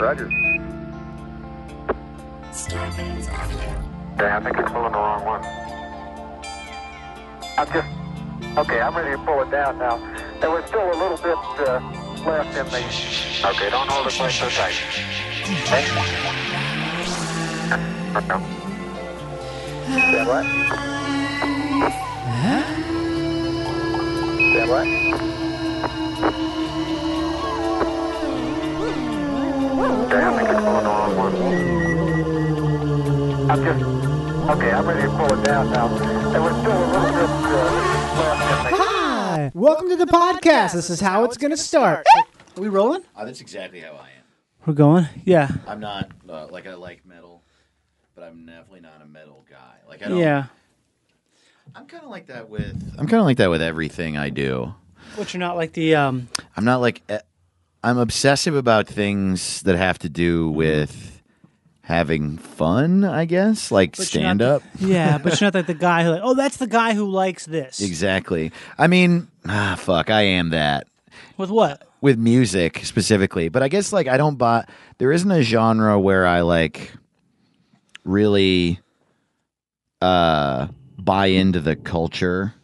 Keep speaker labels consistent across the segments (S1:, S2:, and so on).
S1: Roger.
S2: Starbane's Avenue.
S3: Yeah, I think you're pulling the wrong one. I'm just, okay, I'm ready to pull it down now. There was still a little bit uh, left in the. Okay, don't hold it quite so tight. Okay? Stand what? Stand what? Okay, I think you're pulling the wrong one. I'm just, okay, I'm ready to pull it down now. There was still a little bit uh, left in the.
S4: Hi, welcome to the podcast. This is how it's gonna start. Are we rolling?
S5: Uh, that's exactly how I am.
S4: We're going. Yeah.
S5: I'm not uh, like I like metal, but I'm definitely not a metal guy. Like I don't.
S4: Yeah.
S5: I'm kind of like that with. I'm kind of like that with everything I do.
S4: But you're not like the um.
S5: I'm not like. eh, I'm obsessive about things that have to do with having fun. I guess like
S4: you're not
S5: stand
S4: the-
S5: up.
S4: Yeah, but you're not like the guy who like. Oh, that's the guy who likes this.
S5: Exactly. I mean, ah, fuck. I am that.
S4: With what?
S5: with music specifically, but I guess like I don't buy. There isn't a genre where I like really uh buy into the culture.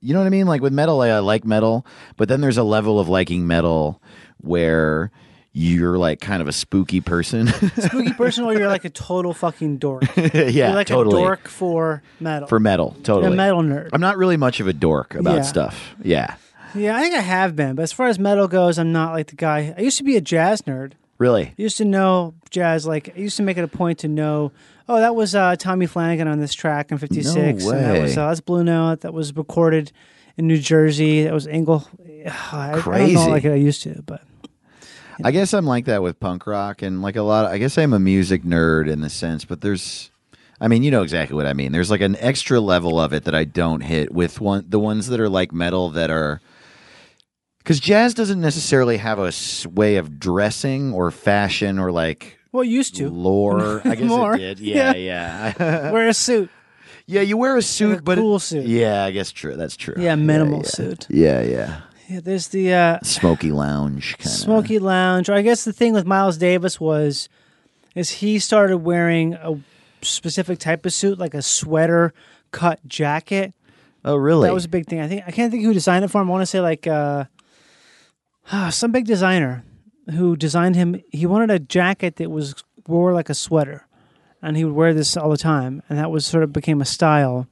S5: You know what I mean? Like with metal, I, I like metal, but then there's a level of liking metal where you're like kind of a spooky person.
S4: Spooky person, or you're like a total fucking dork.
S5: yeah,
S4: you're like
S5: totally.
S4: a dork for metal.
S5: For metal,
S4: You're
S5: totally.
S4: a metal nerd.
S5: I'm not really much of a dork about
S4: Yeah.
S5: stuff. Yeah,
S4: yeah, I think I have been, but as far as metal goes, I'm not like the guy. I used to be a jazz nerd.
S5: really.
S4: I used to know jazz like I used to make it a point to know. Oh, that was uh, Tommy Flanagan on this track in '56.
S5: No
S4: and that was
S5: way.
S4: uh, that's Blue Note. That was recorded in New Jersey. That was Engel. I, I don't
S5: Crazy.
S4: know like I used to, but
S5: I guess I'm like that with punk rock and like a lot. I guess I'm a music nerd in the sense, but there's, I mean, you know exactly what I mean. There's like an extra level of it that I don't hit with one the ones that are like metal that are because jazz doesn't necessarily have a s- way of dressing or fashion or like
S4: well, used to
S5: lore. I guess
S4: More.
S5: it did. Yeah, yeah, yeah.
S4: wear a suit.
S5: You wear a suit,
S4: a
S5: but it-
S4: cool suit.
S5: Yeah, I guess true. That's true.
S4: Yeah, minimal
S5: yeah.
S4: suit.
S5: Yeah, yeah.
S4: Yeah, there's the uh,
S5: Smoky lounge kind of.
S4: Smoky Lounge. Or I guess the thing with Miles Davis was, is he started wearing a specific type of suit, like a sweater cut jacket.
S5: Oh, really?
S4: That was a big thing. I think I can't think who designed it for him. I want to say like uh, some big designer who designed him. He wanted a jacket that was wore like a sweater, and he would wear this all the time. And that was sort of became a style.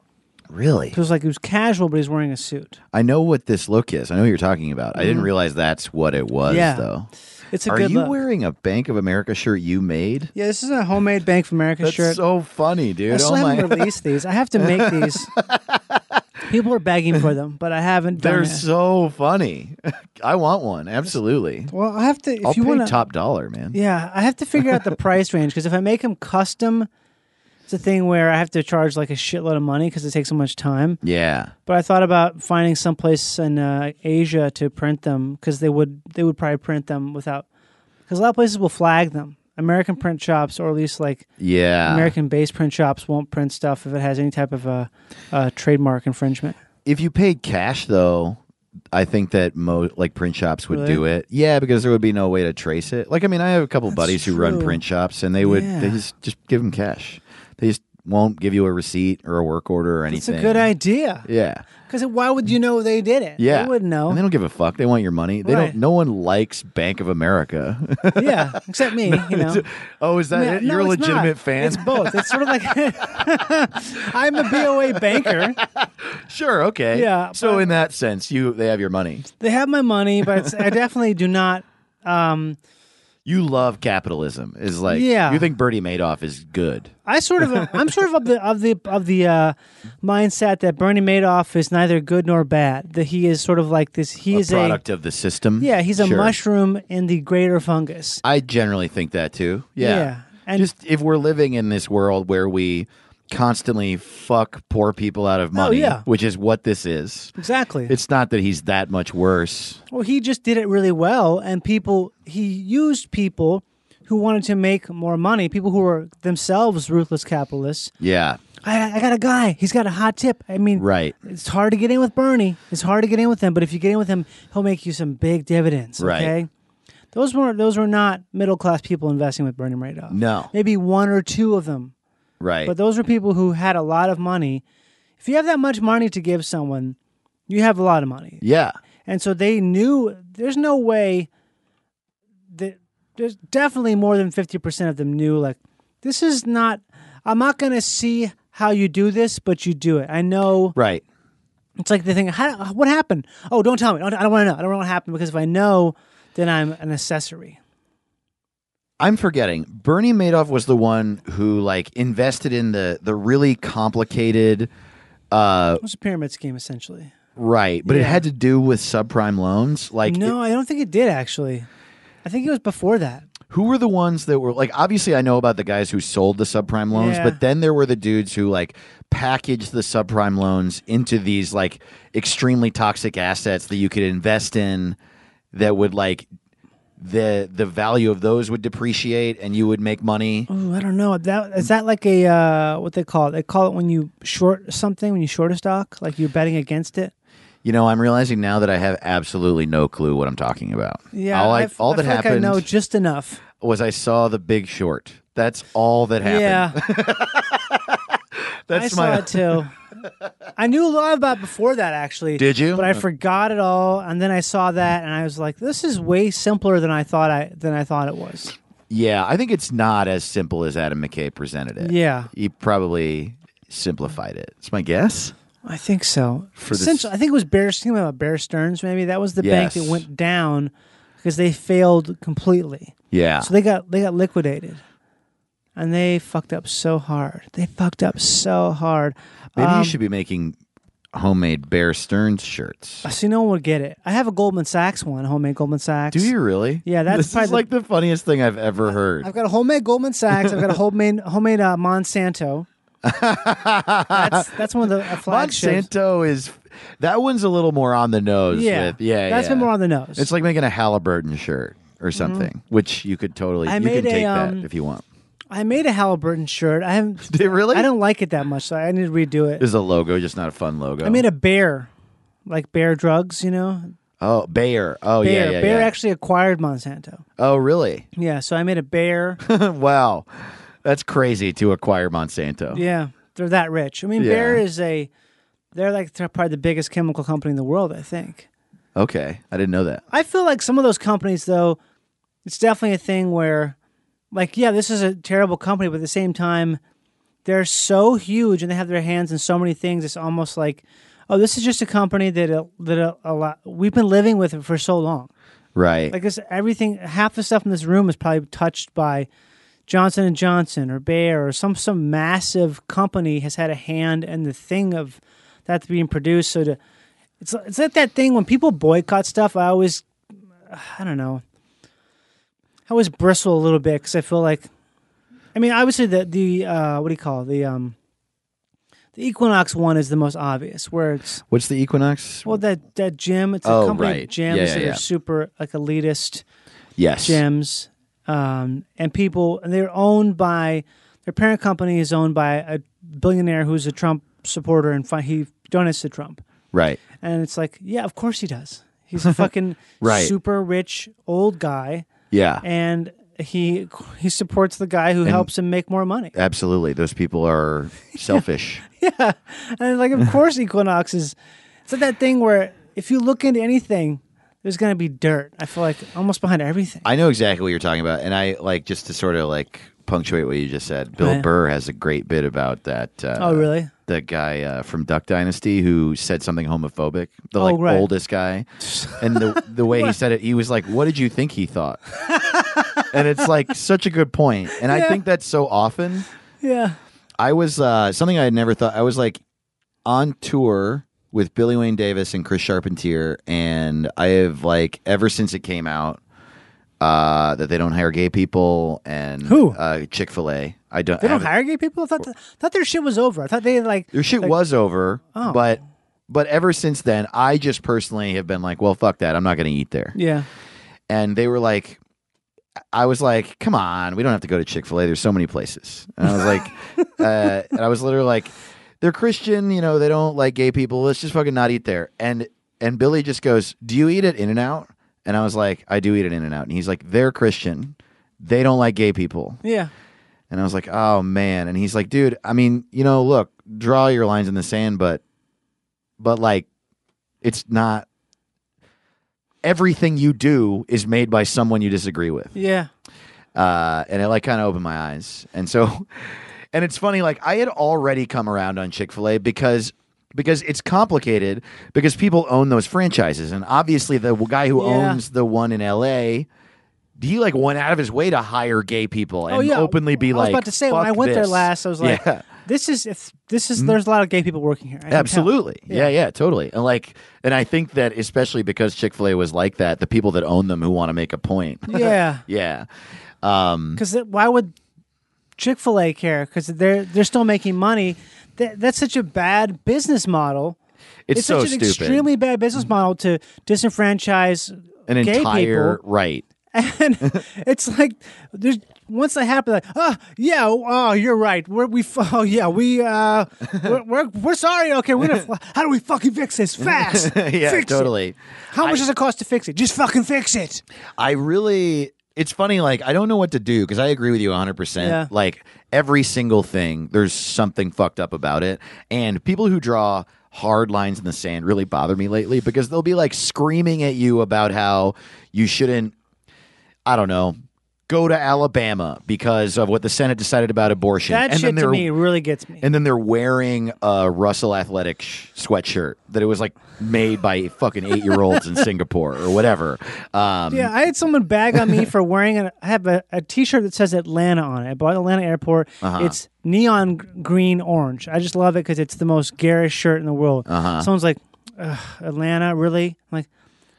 S5: really.
S4: It was like he was casual, but he's wearing a suit.
S5: I know what this look is. I know what you're talking about. I didn't realize that's what it was,
S4: Yeah.
S5: though.
S4: It's a
S5: Are
S4: good
S5: you
S4: look.
S5: wearing a Bank of America shirt you made?
S4: yeah, this is a homemade Bank of America
S5: That's
S4: shirt.
S5: so funny,
S4: I
S5: dude.
S4: still
S5: Oh my,
S4: haven't released these. I have to make these. People are begging for them, but I haven't done
S5: they're
S4: it.
S5: so funny. I want one absolutely.
S4: well, I have to. If
S5: I'll
S4: you
S5: pay
S4: want to
S5: top dollar, man.
S4: Yeah, I have to figure out the price range because if I make them custom, it's a thing where I have to charge like a shitload of money because it takes so much time.
S5: Yeah,
S4: But I thought about finding someplace in uh, Asia to print them because they would they would probably print them without because a lot of places will flag them. American print shops, or at least like
S5: yeah.
S4: American based print shops, won't print stuff if it has any type of a, uh trademark infringement.
S5: If you paid cash, though, I think that mo- like print shops would
S4: Really?
S5: do it. Yeah, because there would be no way to trace it. Like, I mean, I have a couple buddies who run
S4: true.
S5: print shops, and they would
S4: Yeah.
S5: they just just give them cash. They just won't give you a receipt or a work order or
S4: It's
S5: anything.
S4: a good idea
S5: Yeah.
S4: because why would you know they did it?
S5: Yeah,
S4: they wouldn't know.
S5: And they don't give a fuck. They want your money. They
S4: Right.
S5: don't. No one likes Bank of America.
S4: yeah, except me. you know,
S5: oh, is that
S4: Yeah,
S5: it?
S4: no,
S5: You're a
S4: it's not.
S5: legitimate fan.
S4: It's both. It's sort of like I'm a BOA banker.
S5: sure. Okay.
S4: Yeah,
S5: So
S4: but-
S5: in that sense, you they have your money.
S4: They have my money, but it's, I definitely do not. Um,
S5: You love capitalism. Is like
S4: Yeah.
S5: You think Bertie Madoff is good?
S4: I sort of I'm sort of of the of the of the uh, mindset that Bernie Madoff is neither good nor bad. That he is sort of like this. He is
S5: a product of the system.
S4: a yeah. He's a
S5: Sure.
S4: mushroom in the greater fungus.
S5: I generally think that too. Yeah.
S4: Yeah, and-
S5: Just if we're living in this world where we constantly fuck poor people out of money,
S4: Oh, yeah.
S5: which is what this is.
S4: Exactly.
S5: It's not that he's that much worse.
S4: Well, he just did it really well, and people he used people who wanted to make more money, people who were themselves ruthless capitalists,
S5: Yeah.
S4: I, I got a guy. He's got a hot tip. I mean,
S5: Right.
S4: It's hard to get in with Bernie. It's hard to get in with him, but if you get in with him, he'll make you some big dividends.
S5: Right.
S4: Okay. Those were those were not middle class people investing with Bernie Madoff.
S5: No.
S4: maybe one or two of them,
S5: Right.
S4: but those were people who had a lot of money. If you have that much money to give someone, you have a lot of money,
S5: yeah.
S4: and so they knew there's no way that there's definitely more than 50% of them knew like this is not I'm not going to see how you do this, but you do it. I know
S5: Right.
S4: it's like the thing. How, what happened? Oh, don't tell me. I don't, want to know. I don't know what happened because if I know, then I'm an accessory.
S5: I'm forgetting. Bernie Madoff was the one who like invested in the the really complicated uh
S4: It was a pyramid scheme essentially.
S5: right, but it
S4: Yeah.
S5: had to do with subprime loans. Like
S4: no, I don't think it did actually. I think it was before that.
S5: who were the ones that were like obviously I know about the guys who sold the subprime loans,
S4: Yeah.
S5: but then there were the dudes who like packaged the subprime loans into these like extremely toxic assets that you could invest in that would like the the value of those would depreciate and you would make money.
S4: Ooh, I don't know. That is that like a uh, what they call it? They call it when you short something, when you short a stock, like you're betting against it.
S5: You know, I'm realizing now that I have absolutely no clue what I'm talking about.
S4: Yeah,
S5: all I,
S4: I've-
S5: all
S4: I
S5: that
S4: feel like
S5: happened
S4: I know just enough.
S5: was I saw The Big Short. That's all that happened.
S4: Yeah, I
S5: That's
S4: saw
S5: my
S4: it too. I knew a lot about it before that actually.
S5: Did you?
S4: But I forgot it all, and then I saw that, and I was like, "This is way simpler than I thought. I than I thought it was."
S5: Yeah, I think it's not as simple as Adam McKay presented it.
S4: Yeah.
S5: He probably simplified it. It's my guess.
S4: I think so.
S5: For this-
S4: Essentially, I think it was Bear. Think about Bear Stearns. Maybe that was the bank
S5: Yes.
S4: that went down because they failed completely.
S5: Yeah.
S4: So they got they got liquidated, and they fucked up so hard. They fucked up so hard.
S5: Maybe
S4: Um,
S5: you should be making homemade Bear Stearns shirts.
S4: So Uh, no one would get it. I have a Goldman Sachs one, homemade Goldman Sachs.
S5: Do you really?
S4: Yeah, that's
S5: this
S4: probably
S5: is
S4: the-
S5: like the funniest thing I've ever heard.
S4: I've got a homemade Goldman Sachs. I've got a homemade homemade uh, Monsanto. that's that's one of the uh, flagships.
S5: Monsanto is that one's a little more on the nose.
S4: Yeah,
S5: with, yeah,
S4: That's
S5: yeah.
S4: been more on the nose.
S5: It's like making a Halliburton shirt or something, which you could totally.
S4: I
S5: you
S4: made
S5: can
S4: a,
S5: take
S4: um,
S5: that if you want.
S4: I made a Halliburton shirt. I haven't.
S5: Did it really?
S4: I don't like it that much, so I need to redo it.
S5: This is a logo, just not a fun logo.
S4: I made a bear, like bear drugs. You know,
S5: oh bear. Oh
S4: bear.
S5: yeah, yeah,
S4: bear
S5: yeah.
S4: actually acquired Monsanto.
S5: oh really?
S4: Yeah, so I made a bear.
S5: wow, that's crazy to acquire Monsanto.
S4: yeah, they're that rich. I mean,
S5: Yeah.
S4: bear is a. They're like they're probably the biggest chemical company in the world. I think.
S5: Okay, I didn't know that.
S4: I feel like some of those companies, though, it's definitely a thing where, like, yeah, this is a terrible company, but at the same time, they're so huge and they have their hands in so many things. It's almost like, oh, this is just a company that a, that a, a lot we've been living with it for so long.
S5: Right.
S4: Like this, everything, half the stuff in this room is probably touched by Johnson and Johnson or Bayer or some some massive company has had a hand in the thing of that being produced. So to, it's it's like that thing when people boycott stuff. I always, I don't know, I always bristle a little bit because I feel like, I mean, obviously the the uh, what do you call it? the um the Equinox one is the most obvious where it's
S5: What's the Equinox?
S4: well, that that gym, it's a
S5: Oh,
S4: company
S5: right.
S4: of gyms
S5: Yeah, yeah,
S4: that
S5: yeah.
S4: are super like elitist
S5: yes.
S4: gyms, um, and people, and they're owned by their parent company is owned by a billionaire who's a Trump supporter and fi- he donates to Trump,
S5: Right.
S4: and it's like, yeah, of course he does. He's a fucking
S5: Right.
S4: super rich old guy,
S5: Yeah.
S4: and he he supports the guy who helps him make more money.
S5: Absolutely. Those people are selfish.
S4: Yeah. And like, of course, Equinox is. It's like that thing where if you look into anything, there's going to be dirt. I feel like almost behind everything.
S5: I know exactly what you're talking about, and I like just to sort of like punctuate what you just said. Bill
S4: Right.
S5: Burr has a great bit about that. Uh,
S4: Oh, really?
S5: The guy uh, from Duck Dynasty who said something homophobic, the
S4: Oh,
S5: like
S4: right.
S5: oldest guy, and the the way he said it, he was like, "What did you think he thought?" and it's like such a good point, and I
S4: Yeah.
S5: think that's so often.
S4: Yeah.
S5: I was uh, something I had never thought. I was like on tour with Billy Wayne Davis and Chris Charpentier, and I have like ever since it came out uh, that they don't hire gay people and
S4: Who?
S5: uh, Chick Fil A. I don't.
S4: They don't
S5: have it.
S4: hire gay people? I thought, th- thought their shit was over. I thought they like.
S5: Their shit was over,
S4: Oh.
S5: but but ever since then, I just personally have been like, well, fuck that. I'm not going to eat there.
S4: Yeah.
S5: and they were like I was like, come on, we don't have to go to Chick fil A. There's so many places. And I was like, uh, and I was literally like, they're Christian, you know, they don't like gay people. Let's just fucking not eat there. And and Billy just goes, Do you eat at In and Out? And I was like, I do eat at In and Out. And he's like, they're Christian. They don't like gay people.
S4: Yeah.
S5: And I was like, oh man. And he's like, dude, I mean, you know, look, draw your lines in the sand, but but like it's not everything you do is made by someone you disagree with.
S4: Yeah.
S5: Uh and it like kind of opened my eyes. And so and it's funny, like I had already come around on Chick-fil-A because because it's complicated because people own those franchises. And obviously the guy who
S4: Yeah.
S5: owns the one in LA he like went out of his way to hire gay people and
S4: oh yeah.
S5: openly be
S4: I
S5: like.
S4: was about to say when
S5: "Fuck
S4: I went there
S5: this."
S4: last, I was like,
S5: Yeah. Mm-hmm.
S4: this is if this is there's a lot of gay people working here. I can tell.
S5: Absolutely. Yeah. yeah, totally. And like and I think that especially because Chick-fil-A was like that, the people that own them who want to make a point.
S4: Yeah.
S5: yeah. Um
S4: Because why would Chick Fil A care? Because they're they're still making money. That, that's such a bad business model.
S5: it's, so
S4: such an
S5: stupid.
S4: extremely bad business model to disenfranchise
S5: An
S4: gay
S5: entire
S4: people.
S5: right.
S4: And it's like there's once that happens, like oh yeah, oh you're right. We're, we f- oh yeah we uh we're, we're we're sorry. Okay, we're gonna, f- how do we fucking fix this fast?
S5: yeah,
S4: fix it.
S5: totally.
S4: How much does it cost to fix it? Just fucking fix it.
S5: I really it's funny like I don't know what to do because I agree with you 100%.
S4: Yeah.
S5: Like every single thing there's something fucked up about it and people who draw hard lines in the sand really bother me lately because they'll be like screaming at you about how you shouldn't I don't know go to Alabama because of what the Senate decided about abortion.
S4: That
S5: and then
S4: shit to
S5: they're-
S4: me really gets me.
S5: and then they're wearing a Russell Athletic sh- sweatshirt that it was like made by fucking eight year olds in Singapore or whatever. Um,
S4: Yeah, I had someone bag on me for wearing an. I have a, a T-shirt that says Atlanta on it. I bought it at Atlanta Airport.
S5: Uh-huh.
S4: It's neon g- green orange. I just love it because it's the most garish shirt in the world.
S5: Uh-huh.
S4: Someone's like, Ugh, Atlanta, really? I'm like,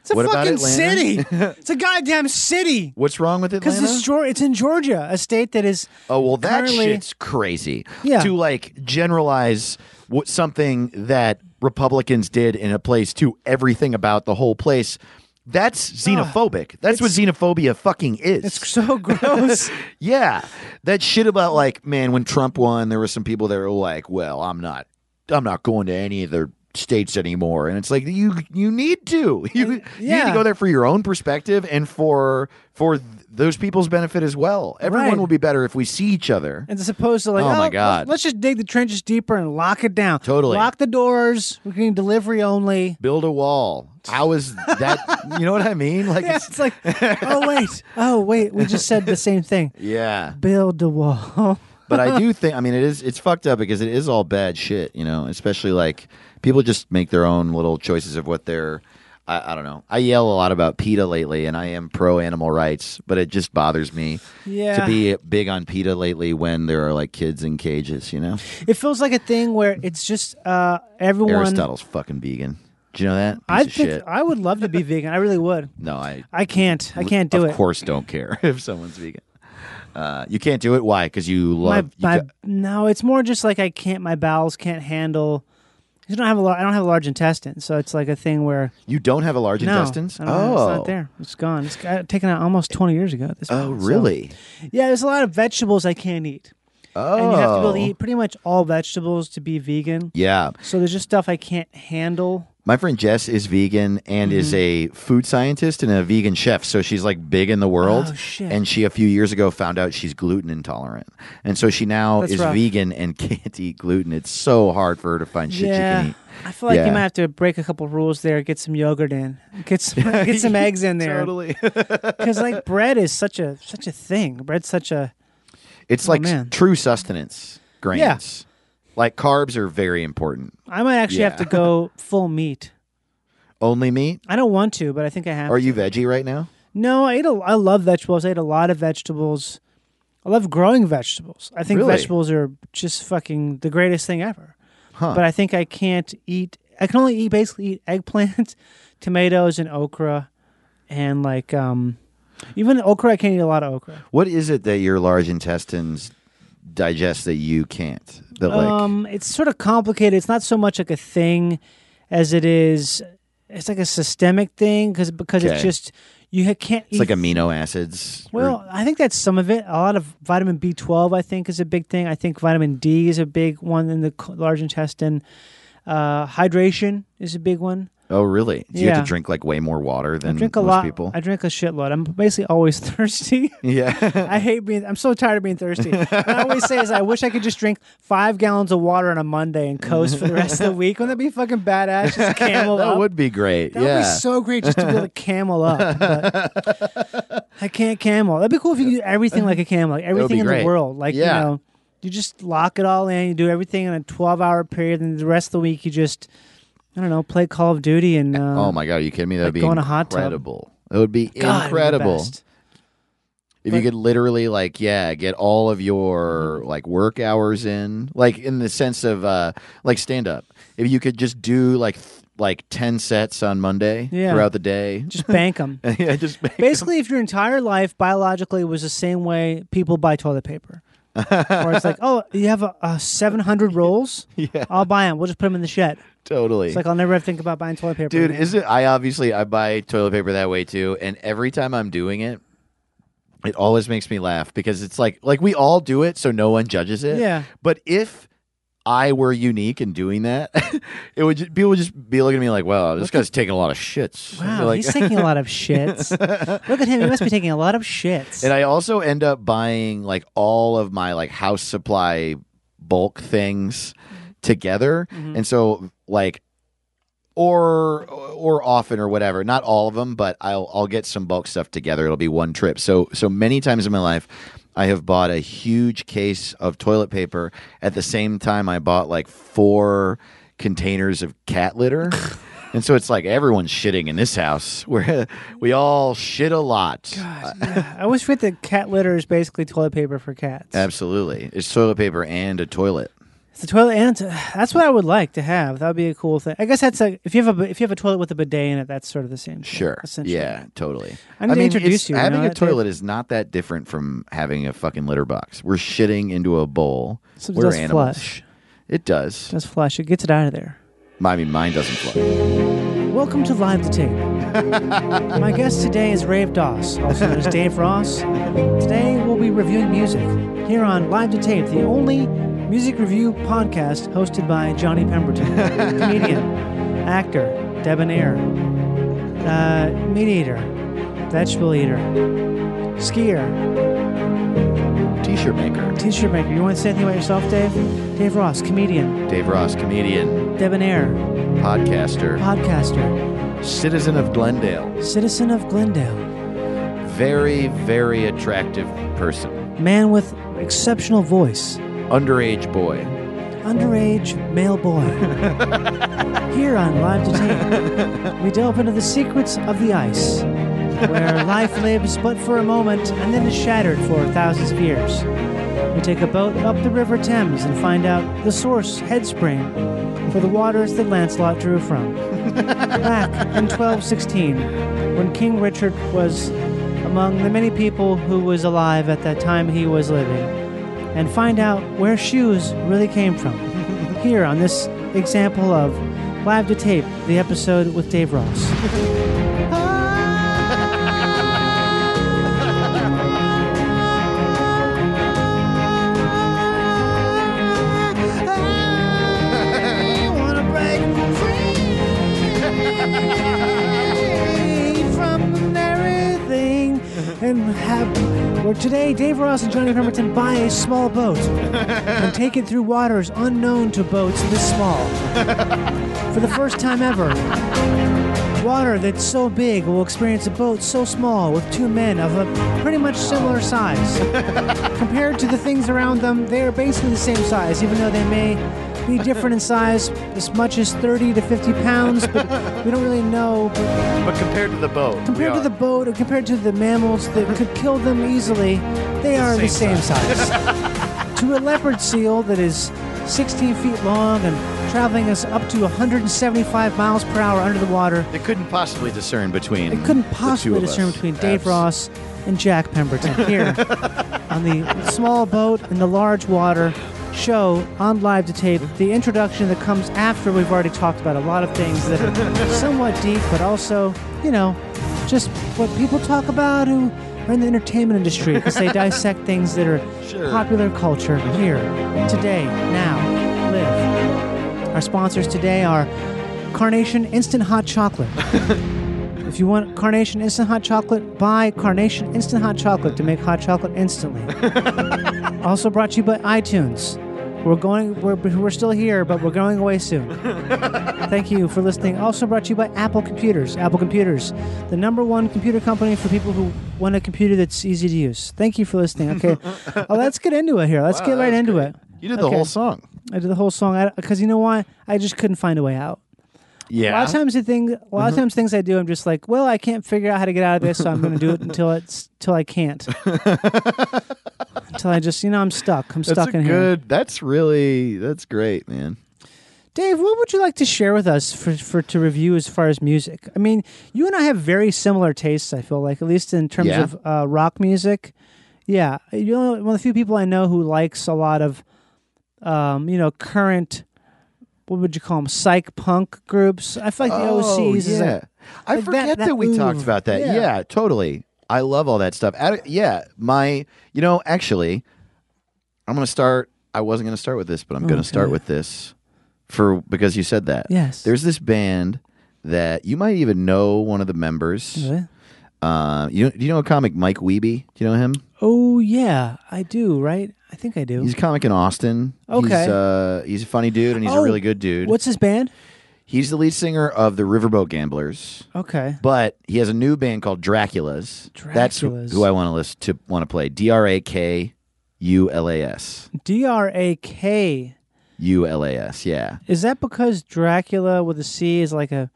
S4: it's a
S5: What about
S4: fucking
S5: Atlanta?"
S4: city. it's a goddamn city.
S5: What's wrong with
S4: Because
S5: Atlanta?
S4: it's Geor- it's in Georgia, a state that is.
S5: oh well, that
S4: currently-
S5: shit's crazy.
S4: Yeah.
S5: To like generalize what something that Republicans did in a place to everything about the whole place. That's xenophobic. That's what xenophobia fucking is.
S4: Ah, It's so gross.
S5: yeah, that shit about like, man, when Trump won, there were some people that were like, "Well, I'm not, I'm not going to any of the states anymore," and it's like you you need to you, you need
S4: yeah.
S5: to go there for your own perspective and for for th- those people's benefit as well. Everyone
S4: Right.
S5: will be better if we see each other.
S4: As opposed to like,
S5: Oh, my
S4: let's-
S5: God.
S4: let's just dig the trenches deeper and lock it down.
S5: Totally.
S4: lock the doors. We're getting delivery only.
S5: Build a wall. How is that? you know what I mean? Like,
S4: Yeah,
S5: it's-
S4: it's like, oh wait, oh wait, we just said the same thing.
S5: yeah.
S4: Build the wall.
S5: but I do think I mean it is it's fucked up because it is all bad shit, you know. Especially like people just make their own little choices of what they're. I, I don't know. I yell a lot about PETA lately, and I am pro animal rights, but it just bothers me
S4: Yeah.
S5: to be big on PETA lately when there are like kids in cages. You know,
S4: It feels like a thing where it's just uh, everyone.
S5: Aristotle's fucking vegan. Do you know that? Piece
S4: I
S5: of
S4: think
S5: shit.
S4: I would love to be vegan. I really would.
S5: no, I
S4: I can't. I can't do
S5: of
S4: it.
S5: course don't care if someone's vegan. Uh, you can't do it. Why? Because you
S4: My,
S5: love. you
S4: my,
S5: got-
S4: no, it's more just like I can't. My bowels can't handle. I don't have a lar- I don't have a large intestine, so it's like a thing where
S5: you don't have a large
S4: no,
S5: intestines.
S4: I don't
S5: oh,
S4: know, it's not there. It's gone. It's got, taken out almost twenty years ago. At this
S5: oh,
S4: point, so-
S5: really?
S4: yeah, there's a lot of vegetables I can't eat.
S5: Oh,
S4: and you have to be able to eat pretty much all vegetables to be vegan.
S5: Yeah,
S4: So there's just stuff I can't handle.
S5: my friend Jess is vegan and is a
S4: Mm-hmm.
S5: food scientist and a vegan chef, so she's like big in the world.
S4: Oh, shit.
S5: And she a few years ago found out she's gluten intolerant, and so she now
S4: That's
S5: is
S4: rough.
S5: vegan and can't eat gluten. It's so hard for her to find shit she can eat.
S4: I feel like
S5: Yeah.
S4: you might have to break a couple rules there. Get some yogurt in. Get some get some eggs in there.
S5: Totally,
S4: Because like bread is such a such a thing. Bread's such a
S5: it's like s-
S4: Oh, man.
S5: true sustenance grains. Like carbs are very important.
S4: I might actually
S5: Yeah.
S4: have to go full meat.
S5: Only meat.
S4: I don't want to, but I think I have.
S5: Are you veggie right now?
S4: No, I ate. A, I love vegetables. I ate a lot of vegetables. I love growing vegetables. I think
S5: Really?
S4: vegetables are just fucking the greatest thing ever.
S5: Huh.
S4: But I think I can't eat. I can only eat basically eat eggplant, tomatoes, and okra, and like um, even okra. I can't eat a lot of okra.
S5: What is it that your large intestines digest that you can't? That like
S4: um, it's sort of complicated. It's not so much like a thing as it is. It's like a systemic thing because because
S5: Okay.
S4: it's just you ha- can't.
S5: it's
S4: eat
S5: like amino acids. or-
S4: Well, I think that's some of it. A lot of vitamin B12, I think, is a big thing. I think vitamin D is a big one in the c- large intestine. Uh, hydration is a big one.
S5: Oh, really? Do you have
S4: Yeah.
S5: to drink like way more water
S4: I
S5: than
S4: drink a
S5: most
S4: lot.
S5: people?
S4: I drink a shitload. I'm basically always thirsty.
S5: yeah.
S4: I hate being. I'm so tired of being thirsty. What I always say is, I wish I could just drink five gallons of water on a Monday and coast for the rest of the week. Wouldn't that be fucking badass? Just camel
S5: that
S4: up.
S5: would be great.
S4: That
S5: yeah.
S4: would be so great just to be able to camel up. but I can't camel. That'd be cool if you could do everything like a camel, like
S5: be
S4: everything in
S5: great.
S4: the world. Like
S5: Yeah.
S4: you know, you just lock it all in. You do everything in a twelve-hour period, and the rest of the week you just, I don't know, play Call of Duty and. Uh,
S5: oh my god, are you kidding me? That'd
S4: like
S5: be
S4: go in a hot tub.
S5: incredible. That would be
S4: God, it'd be the
S5: incredible.
S4: best.
S5: If you could literally like yeah, get all of your like work hours in, like in the sense of uh like stand up. If you could just do like th- like 10 sets on Monday
S4: Yeah.
S5: throughout the day.
S4: Just bank them.
S5: yeah, just make
S4: Basically, if your entire life biologically was the same way people buy toilet paper, or it's like, oh, you have a, uh 700 rolls? Yeah. I'll buy them. We'll just put them in the shed.
S5: totally.
S4: It's like, I'll never have to think about buying toilet paper.
S5: Dude,
S4: again.
S5: is it I obviously I buy toilet paper that way too, and every time I'm doing it, it always makes me laugh because it's like like we all do it so no one judges it.
S4: Yeah.
S5: But if I were unique in doing that, it would just, people would just be looking at me like, "Wow, this guy's taking a lot of shits." I'd be
S4: Wow,
S5: like-
S4: he's taking a lot of shits. Look at him; he must be taking a lot of shits.
S5: and I also end up buying like all of my like house supply bulk things together, and so like or or often or whatever, not all of them, but I'll I'll get some bulk stuff together. It'll be one trip. So so many times in my life. I have bought a huge case of toilet paper at the same time I bought like four containers of cat litter. and so it's like everyone's shitting in this house where we all shit a lot.
S4: I always forget that cat litter is basically toilet paper for cats.
S5: Absolutely. It's toilet paper and a toilet.
S4: It's the toilet, and it's a- that's what I would like to have. That would be a cool thing. I guess that's like if you have a if you have a toilet with a bidet in it, that's sort of the same. Thing,
S5: Sure.
S4: essentially.
S5: Yeah, totally.
S4: I need to introduce
S5: it's-
S4: you, you
S5: Having
S4: know,
S5: a
S4: that type-
S5: toilet is not that different from having a fucking litter box. We're shitting into a bowl.
S4: So it
S5: We're
S4: does
S5: animals.
S4: flush.
S5: It does.
S4: Just flush it, gets it out of there.
S5: I mean, mine doesn't flush.
S4: Welcome to Live the Tape. My guest today is Rave Doss, also known as Dave Ross. Today we'll be reviewing music here on Live to Tape, the only music review podcast hosted by Johnny Pemberton, comedian, actor, debonair, uh, meat eater, vegetable eater, skier,
S5: T-shirt maker.
S4: t-shirt maker. You want to say anything about yourself, Dave? Dave Ross, comedian,
S5: Dave Ross, comedian,
S4: debonair,
S5: podcaster,
S4: podcaster,
S5: citizen of Glendale.
S4: citizen of Glendale.
S5: Very, very attractive person.
S4: man with exceptional voice,
S5: Underage boy.
S4: underage male boy. Here on Live to Tape, we delve into the secrets of the ice, where life lives but for a moment and then is shattered for thousands of years. We take a boat up the River Thames and find out the source head spring for the waters that Lancelot drew from. Back in 1216, when King Richard was among the many people who was alive at that time he was living, and find out where shoes really came from. Here on this example of Live to Tape, the episode with Dave Ross. from everything and have where today Dave Ross and Johnny Pemberton buy a small boat and take it through waters unknown to boats this small. For the first time ever, water that's so big will experience a boat so small with two men of a pretty much similar size. Compared to the things around them, they are basically the same size, even though they may be different in size as much as 30 to 50 pounds, but we don't really know
S5: But compared to the boat. we
S4: compared to
S5: are-
S4: the boat or compared to the mammals that could kill them easily, they are the
S5: same
S4: same size. to a leopard seal that is 16 feet long and traveling us up to 175 miles per hour under the water,
S5: They couldn't possibly discern between.
S4: they couldn't
S5: the two
S4: possibly
S5: of
S4: discern
S5: us.
S4: between Dave
S5: Abs-
S4: Ross and Jack Pemberton here on the small boat in the large water show on live to tape the introduction that comes after we've already talked about a lot of things that are somewhat deep but also you know just what people talk about who are in the entertainment industry because they dissect things that are
S5: Sure.
S4: popular culture here today now live our sponsors today are Carnation Instant Hot Chocolate. if you want Carnation Instant Hot Chocolate, buy Carnation Instant Hot Chocolate to make hot chocolate instantly. also brought to you by iTunes. We're going. We're, we're still here, but we're going away soon. Thank you for listening. Also brought to you by Apple Computers. Apple Computers, the number one computer company for people who want a computer that's easy to use. Thank you for listening. Okay, oh, let's get into it here. Let's
S5: Wow,
S4: get
S5: that
S4: right
S5: was
S4: into
S5: great.
S4: it.
S5: You did the
S4: Okay.
S5: whole song.
S4: I did the whole song because you know why? I just couldn't find a way out.
S5: Yeah.
S4: A lot of times the thing, a lot
S5: Mm-hmm.
S4: of times things I do, I'm just like, well, I can't figure out how to get out of this, so I'm going to do it until it's till I can't, until I just, you know, I'm stuck. I'm
S5: that's
S4: stuck
S5: a
S4: in here.
S5: good. That's really. That's great, man.
S4: Dave, what would you like to share with us for, for to review as far as music? I mean, you and I have very similar tastes. I feel like, at least in terms
S5: Yeah.
S4: of uh, rock music. Yeah, you're one of the few people I know who likes a lot of, um, you know, current. What would you call them? Psych punk groups. I feel like the OCs is
S5: Oh, yeah.
S4: a
S5: I
S4: like that-
S5: forget that,
S4: that
S5: we talked
S4: ooh.
S5: about that.
S4: Yeah.
S5: Yeah. totally. I love all that stuff. I, yeah, my you know actually, I'm gonna start. I wasn't gonna start with this, but I'm gonna start with this for because you said that.
S4: Yes.
S5: There's this band that you might even know one of the members.
S4: Really?
S5: Uh, you do you know a comic Mike Wiebe? Do you know him?
S4: Oh yeah, I do. Right? I think I do.
S5: He's a comic in Austin.
S4: Okay.
S5: He's, uh, he's a funny dude and he's
S4: Oh,
S5: a really good dude.
S4: What's his band?
S5: He's the lead singer of the Riverboat Gamblers.
S4: Okay.
S5: but he has a new band called Dracula's. That's
S4: Dracula's.
S5: who I want to list to want to play. D R A K U L A S.
S4: D R A K.
S5: U L A S. Yeah,
S4: Is that because Dracula with a C is like a,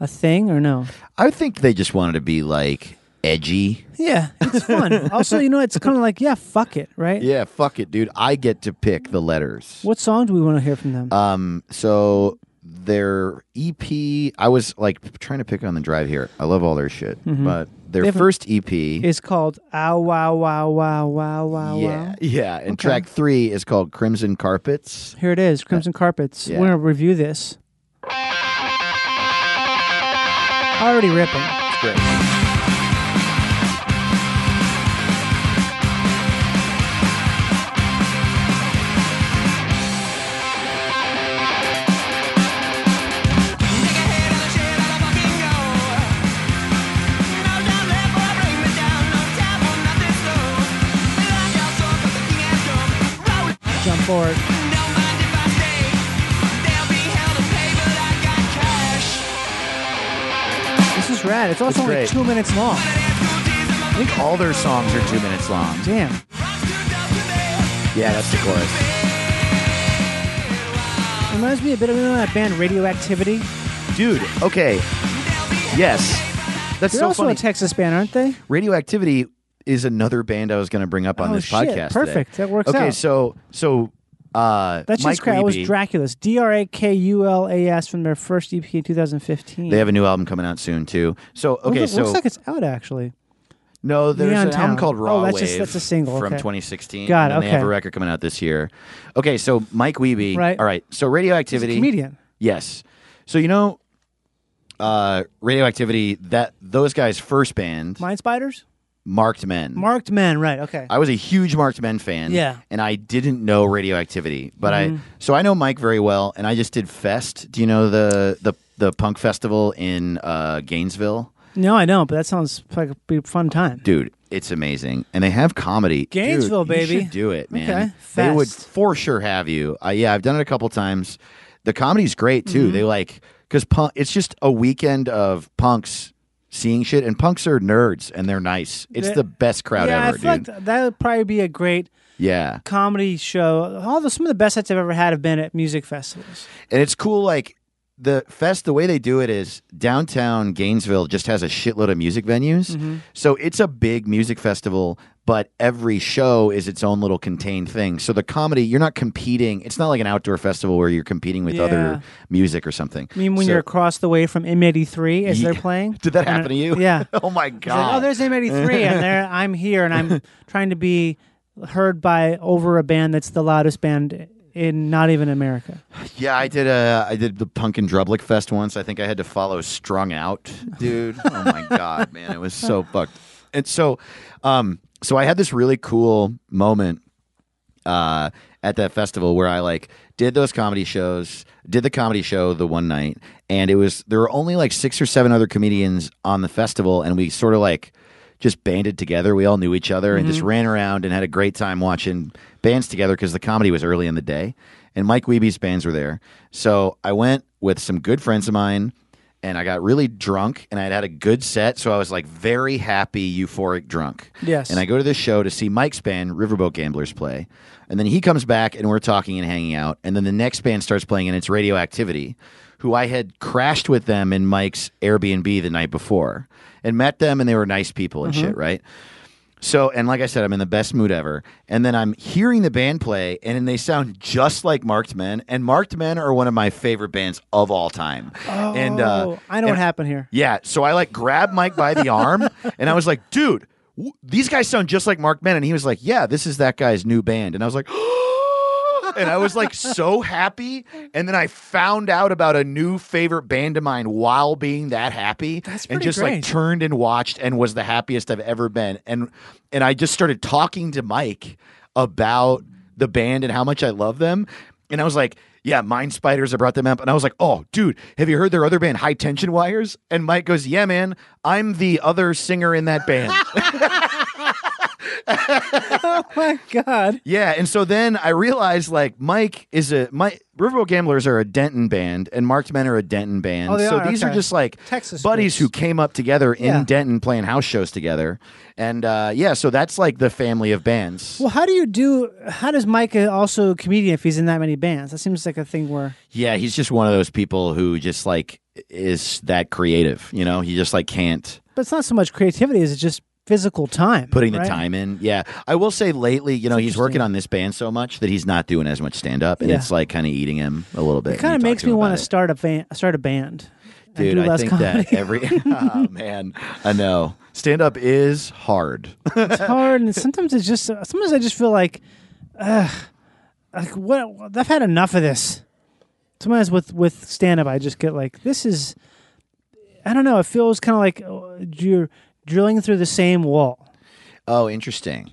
S4: a thing or no?
S5: I think they just wanted to be like edgy.
S4: Yeah, it's fun. also, you know, it's kind of like yeah, fuck it, right?
S5: Yeah, fuck it, dude. I get to pick the letters.
S4: What song do we want to hear from them?
S5: Um, so their EP. I was like trying to pick on the drive here. I love all their shit, but their
S4: Mm-hmm. They have a-
S5: first E EP.
S4: it's called Ow Wow Wow Wow Wow Wow
S5: yeah,
S4: Wow.
S5: yeah. And track three is called Crimson Carpets.
S4: Here it is, Crimson Carpets.
S5: Uh, Yeah.
S4: We're gonna review this. Already ripping.
S5: Great.
S4: Jump forward. This is rad. It's also
S5: It's
S4: only
S5: great.
S4: two minutes long.
S5: I think all their songs are two minutes long.
S4: Damn.
S5: Yeah, that's the chorus.
S4: Reminds me a bit of you know that band Radioactivity.
S5: Dude, okay. Yes. That's
S4: They're
S5: so
S4: also
S5: funny.
S4: a Texas band, aren't they?
S5: Radioactivity is another band I was going to bring up on
S4: Oh,
S5: this
S4: shit.
S5: podcast. today.
S4: Perfect. That works
S5: Okay,
S4: out.
S5: so so uh
S4: That's
S5: Mike
S4: just crazy. It was
S5: Wiebe,
S4: Dracula's D R A K U L A S from their first EP in 2015.
S5: They have a new album coming out soon too. So
S4: Well,
S5: okay,
S4: it
S5: so
S4: looks like it's out actually.
S5: no, there's
S4: Neon
S5: an
S4: Town.
S5: album called
S4: Oh,
S5: Raw
S4: that's just-
S5: Wave
S4: that's a single,
S5: from
S4: okay.
S5: 2016.
S4: Got
S5: and
S4: it,
S5: then They have
S4: okay.
S5: a record coming out this year. Okay, so Mike Wiebe.
S4: Right.
S5: All right. So Radioactivity.
S4: Comedian.
S5: Yes. So you know, uh, Radioactivity. That those guys' first band,
S4: Mind Spiders?
S5: Marked Men.
S4: Marked Man, right. Okay.
S5: I was a huge Marked Men fan.
S4: Yeah.
S5: And I didn't know Radioactivity, but I so I know Mike very well, and I just did Fest. Do you know the the the punk festival in uh, Gainesville?
S4: no, I know, but that sounds like a be a fun time.
S5: Dude, it's amazing, and they have comedy. Dude,
S4: Gainesville,
S5: you
S4: baby.
S5: should do it, man.
S4: Okay.
S5: They would
S4: Fest.
S5: for sure have you. Uh, yeah, I've done it a couple times. The comedy's great too.
S4: Mm-hmm.
S5: They like because punk. It's just a weekend of punks seeing shit, and punks are nerds, and they're nice. It's
S4: They-
S5: the best crowd
S4: yeah,
S5: ever,
S4: I
S5: dude.
S4: feel like that would probably be a great
S5: yeah,
S4: comedy show. All the some of the best sets I've ever had have been at music festivals.
S5: and it's cool. Like the fest, the way they do it is downtown Gainesville just has a shitload of music venues,
S4: Mm-hmm.
S5: so it's a big music festival. But every show is its own little contained thing. So the comedy, you're not competing. It's not like an outdoor festival where you're competing with
S4: Yeah.
S5: other music or something.
S4: I mean, when
S5: So-
S4: you're across the way from M83 as
S5: Ye-
S4: they're playing.
S5: did that
S4: And-
S5: happen to you?
S4: Yeah.
S5: oh my
S4: It's like,
S5: god.
S4: oh, there's M83, and there I'm here, and I'm trying to be heard by over a band that's the loudest band in not even America.
S5: Yeah, I did. Uh, I did the Punk and Drublick Fest once. I think I had to follow Strung Out, dude. oh my god, man, it was so fucked. And so, um, so I had this really cool moment uh, at that festival where I like did those comedy shows, did the comedy show the one night, and it was there were only like six or seven other comedians on the festival, and we sort of like just banded together. We all knew each other and just ran around and had a great time watching bands together because the comedy was early in the day, and Mike Weeby's bands were there. So I went with some good friends of mine. And I got really drunk, and I had had a good set, so I was like very happy, euphoric, drunk.
S4: Yes.
S5: And I go to this show to see Mike's band, Riverboat Gamblers, play. And then he comes back and we're talking and hanging out. And then the next band starts playing and it's Radioactivity, who I had crashed with them in Mike's Airbnb the night before and met them and they were nice people and shit, right? So, and like I said, I'm in the best mood ever. And then I'm hearing the band play, and then they sound just like Marked Men. And Marked Men are one of my favorite bands of all time. and
S4: oh, I know
S5: and-
S4: what happened here.
S5: Uh, yeah. So I like grabbed Mike by the arm and I was like, dude, w- these guys sound just like Mark Men. And he was like, yeah, this is that guy's new band. And I was like, and I was like so happy. And then I found out about a new favorite band of mine while being that happy.
S4: That's
S5: and
S4: pretty
S5: just like
S4: great.
S5: turned and watched and was the happiest I've ever been. And and I just started talking to Mike about the band and how much I love them. And I was like, yeah, Mind Spiders, I brought them up. And I was like, oh, dude, have you heard their other band, High Tension Wires? And Mike goes, yeah, man, I'm the other singer in that band.
S4: Oh my god.
S5: Yeah, and so then I realized like Mike is a Mike Riverboat Gamblers are a Denton band and Marked Men are a Denton band.
S4: Oh, they
S5: so
S4: are?
S5: these are
S4: Okay.
S5: just like
S4: Texas
S5: buddies who
S4: groups.
S5: came up together in
S4: Yeah.
S5: Denton playing house shows together. And uh, yeah, so that's like the family of bands.
S4: Well, how do you do? How does Mike uh, also a comedian if he's in that many bands? That seems like a thing where
S5: Yeah, he's just one of those people who just like is that creative, you know? He just like can't
S4: But it's not so much creativity as it's just physical time.
S5: putting the
S4: right?
S5: time in. Yeah. I will say lately, you know, he's working on this band so much that he's not doing as much stand up and
S4: Yeah.
S5: it's like kind of eating him a little bit.
S4: It kind of makes me
S5: want
S4: want to start a van, start a band. and
S5: Dude,
S4: do
S5: I
S4: less
S5: think
S4: comedy.
S5: that every Ah, man, I know stand up is hard.
S4: it's hard, and sometimes it's just sometimes I just feel like, ugh, like what? I've had enough of this. Sometimes with with stand up, I just get like, this is, I don't know. It feels kind of like uh, you're drilling through the same wall.
S5: oh, interesting.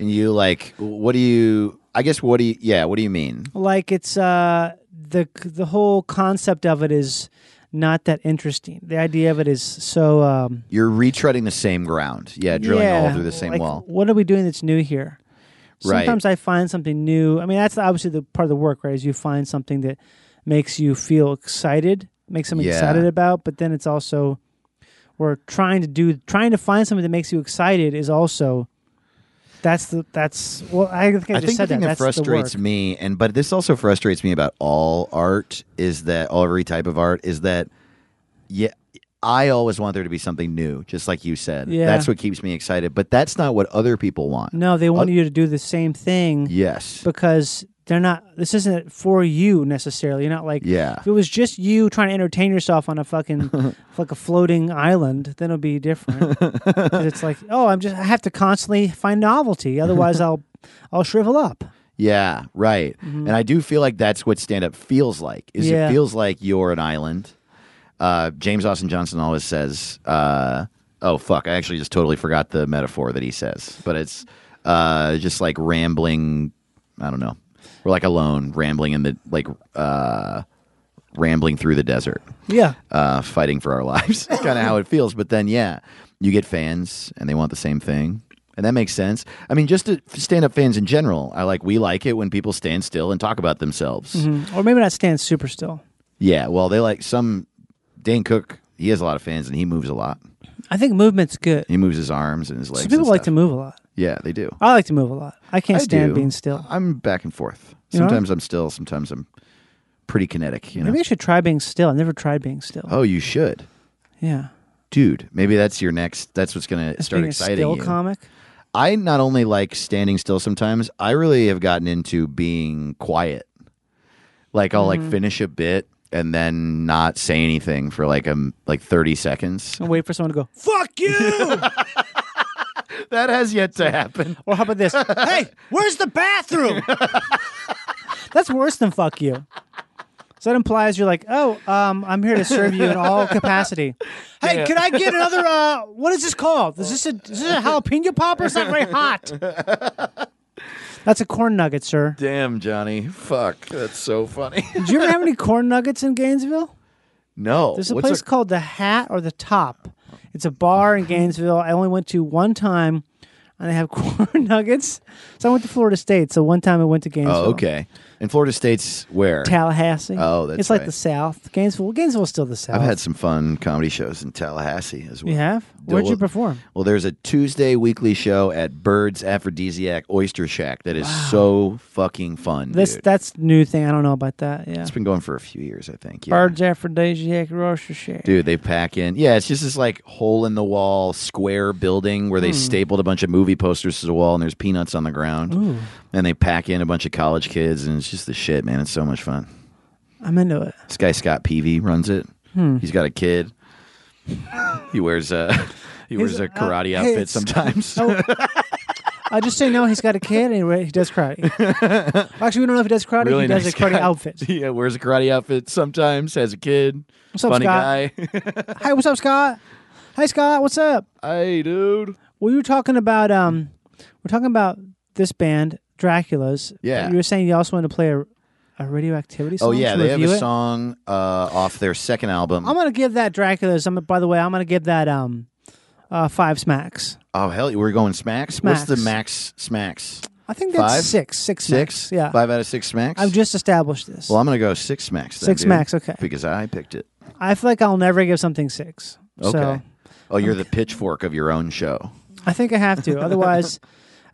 S5: And you like, what do you? I guess what do you? Yeah, what do you mean?
S4: like it's uh the the whole concept of it is not that interesting. The idea of it is so um
S5: You're retreading the same ground. Yeah, drilling all
S4: yeah,
S5: through the same
S4: like,
S5: wall.
S4: What are we doing that's new here?
S5: Right.
S4: Sometimes I find something new. I mean, that's obviously the part of the work, right? Is you find something that makes you feel excited, makes something
S5: Yeah.
S4: excited about, but then it's also we're trying to do trying to find something that makes you excited is also that's the that's well I think I,
S5: I
S4: just
S5: think the
S4: said
S5: thing
S4: that.
S5: that
S4: that's
S5: frustrates
S4: the work.
S5: me, and but this also frustrates me about all art is that all every type of art is that yeah, I always want there to be something new, just like you said.
S4: Yeah.
S5: That's what keeps me excited, but that's not what other people want.
S4: No, they want you to do the same thing.
S5: Yes.
S4: because they're not this isn't for you necessarily you're not like
S5: Yeah.
S4: if it was just you trying to entertain yourself on a fucking like a floating island then it'll be different 'Cause it's like oh i'm just i have to constantly find novelty otherwise i'll i'll shrivel up
S5: Yeah, right. And I do feel like that's what stand up feels like. Is
S4: Yeah.
S5: it feels like you're an island. Uh, James Austin Johnson always says, uh, "Oh fuck, I actually just totally forgot the metaphor that he says." But it's uh, just like rambling. I don't know. We're like alone, rambling in the like uh, rambling through the desert,
S4: yeah
S5: uh, fighting for our lives. kind of how it feels. But then, yeah, you get fans, and they want the same thing. And that makes sense. I mean, just to stand up fans in general, I like we like it when people stand still and talk about themselves.
S4: Mm, or maybe not stand super still
S5: Yeah, well, they like some Dane Cook. He has a lot of fans, and he moves a lot.
S4: i think movement's good
S5: He moves his arms and his legs.
S4: so people
S5: and
S4: like to
S5: stuff.
S4: move a lot
S5: Yeah, they do.
S4: i like to move a lot i can't
S5: I
S4: stand
S5: do.
S4: being still
S5: I'm back and forth.
S4: You are?
S5: Sometimes I'm still. Sometimes I'm pretty kinetic. You know.
S4: maybe i should try being still i've never tried being still
S5: oh, you should,
S4: yeah
S5: dude. Maybe that's your next. That's what's gonna start
S4: being a
S5: exciting
S4: still
S5: you.
S4: comic
S5: I not only like standing still sometimes, I really have gotten into being quiet. Like I'll
S4: Mm-hmm.
S5: like finish a bit and then not say anything for like um like 30 seconds.
S4: and wait for someone to go fuck you
S5: That has yet to happen.
S4: Or how about this? hey, where's the bathroom? That's worse than fuck you. So that implies you're like, oh, um, I'm here to serve you in all capacity. Hey, can I get another? Uh, what is this called? Is this a is this a jalapeno popper? It's not very hot. That's a corn nugget, sir.
S5: Damn, Johnny. Fuck. That's so funny.
S4: Did you ever have any corn nuggets in Gainesville?
S5: no.
S4: There's a
S5: What's
S4: place called the Hat or the Top. It's a bar in Gainesville. I only went to one time, and they have corn nuggets. So I went to Florida State. So one time I went to Gainesville.
S5: Oh, okay. In Florida State's where?
S4: Tallahassee.
S5: Oh, that's
S4: it's like
S5: right.
S4: the South. Gainesville. Gainesville's still the South.
S5: I've had some fun comedy shows in Tallahassee as well.
S4: You have? Where'd you
S5: Well-
S4: perform?
S5: Well, there's a Tuesday weekly show at Bird's Aphrodisiac Oyster Shack that is so fucking fun.
S4: This
S5: dude.
S4: that's new thing. I don't know about that. Yeah.
S5: it's been going for a few years, I think. Yeah.
S4: Birds aphrodisiac roaster shake.
S5: Dude, they pack in. Yeah, it's just this like hole in the wall square building where they
S4: Hmm.
S5: stapled a bunch of movie posters to the wall and there's peanuts on the ground. And they pack in a bunch of college kids and it's just the shit, man. It's so much fun.
S4: I'm into it.
S5: This guy Scott Peavy runs it.
S4: Hmm.
S5: He's got a kid. he wears a he
S4: His-
S5: wears a karate
S4: uh,
S5: outfit
S4: his-
S5: sometimes.
S4: I just say no. He's got a kid and he re- he does karate. Actually, we don't know if he does karate. he does a karate
S5: guy.
S4: outfit.
S5: Yeah, wears a karate outfit sometimes, has a kid.
S4: up, Scott?
S5: Funny guy.
S4: Hey, what's up, Scott? Hey, Scott. What's up?
S5: hey, dude.
S4: We were talking about um, we're talking about this band Dracula's. but
S5: Yeah.
S4: You were saying you also want to play a, a radioactivity song.
S5: Oh yeah,
S4: to
S5: they have
S4: review
S5: a
S4: it?
S5: song uh, off their second album.
S4: I'm gonna give that Dracula's. I'm by the way, I'm gonna give that um, uh, five smacks.
S5: oh hell, we're going smacks? What's the
S4: Smacks.
S5: max smacks?
S4: I think that's
S5: Five?
S4: six, six,
S5: Six?
S4: smacks. Yeah,
S5: Five out of six smacks.
S4: I've just established this.
S5: well, I'm gonna go six smacks. Then,
S4: Six
S5: dude,
S4: smacks, okay.
S5: Because I picked it.
S4: I feel like I'll never give something six.
S5: Okay.
S4: So
S5: oh, you're the pitchfork of your own show.
S4: I think I have to. Otherwise,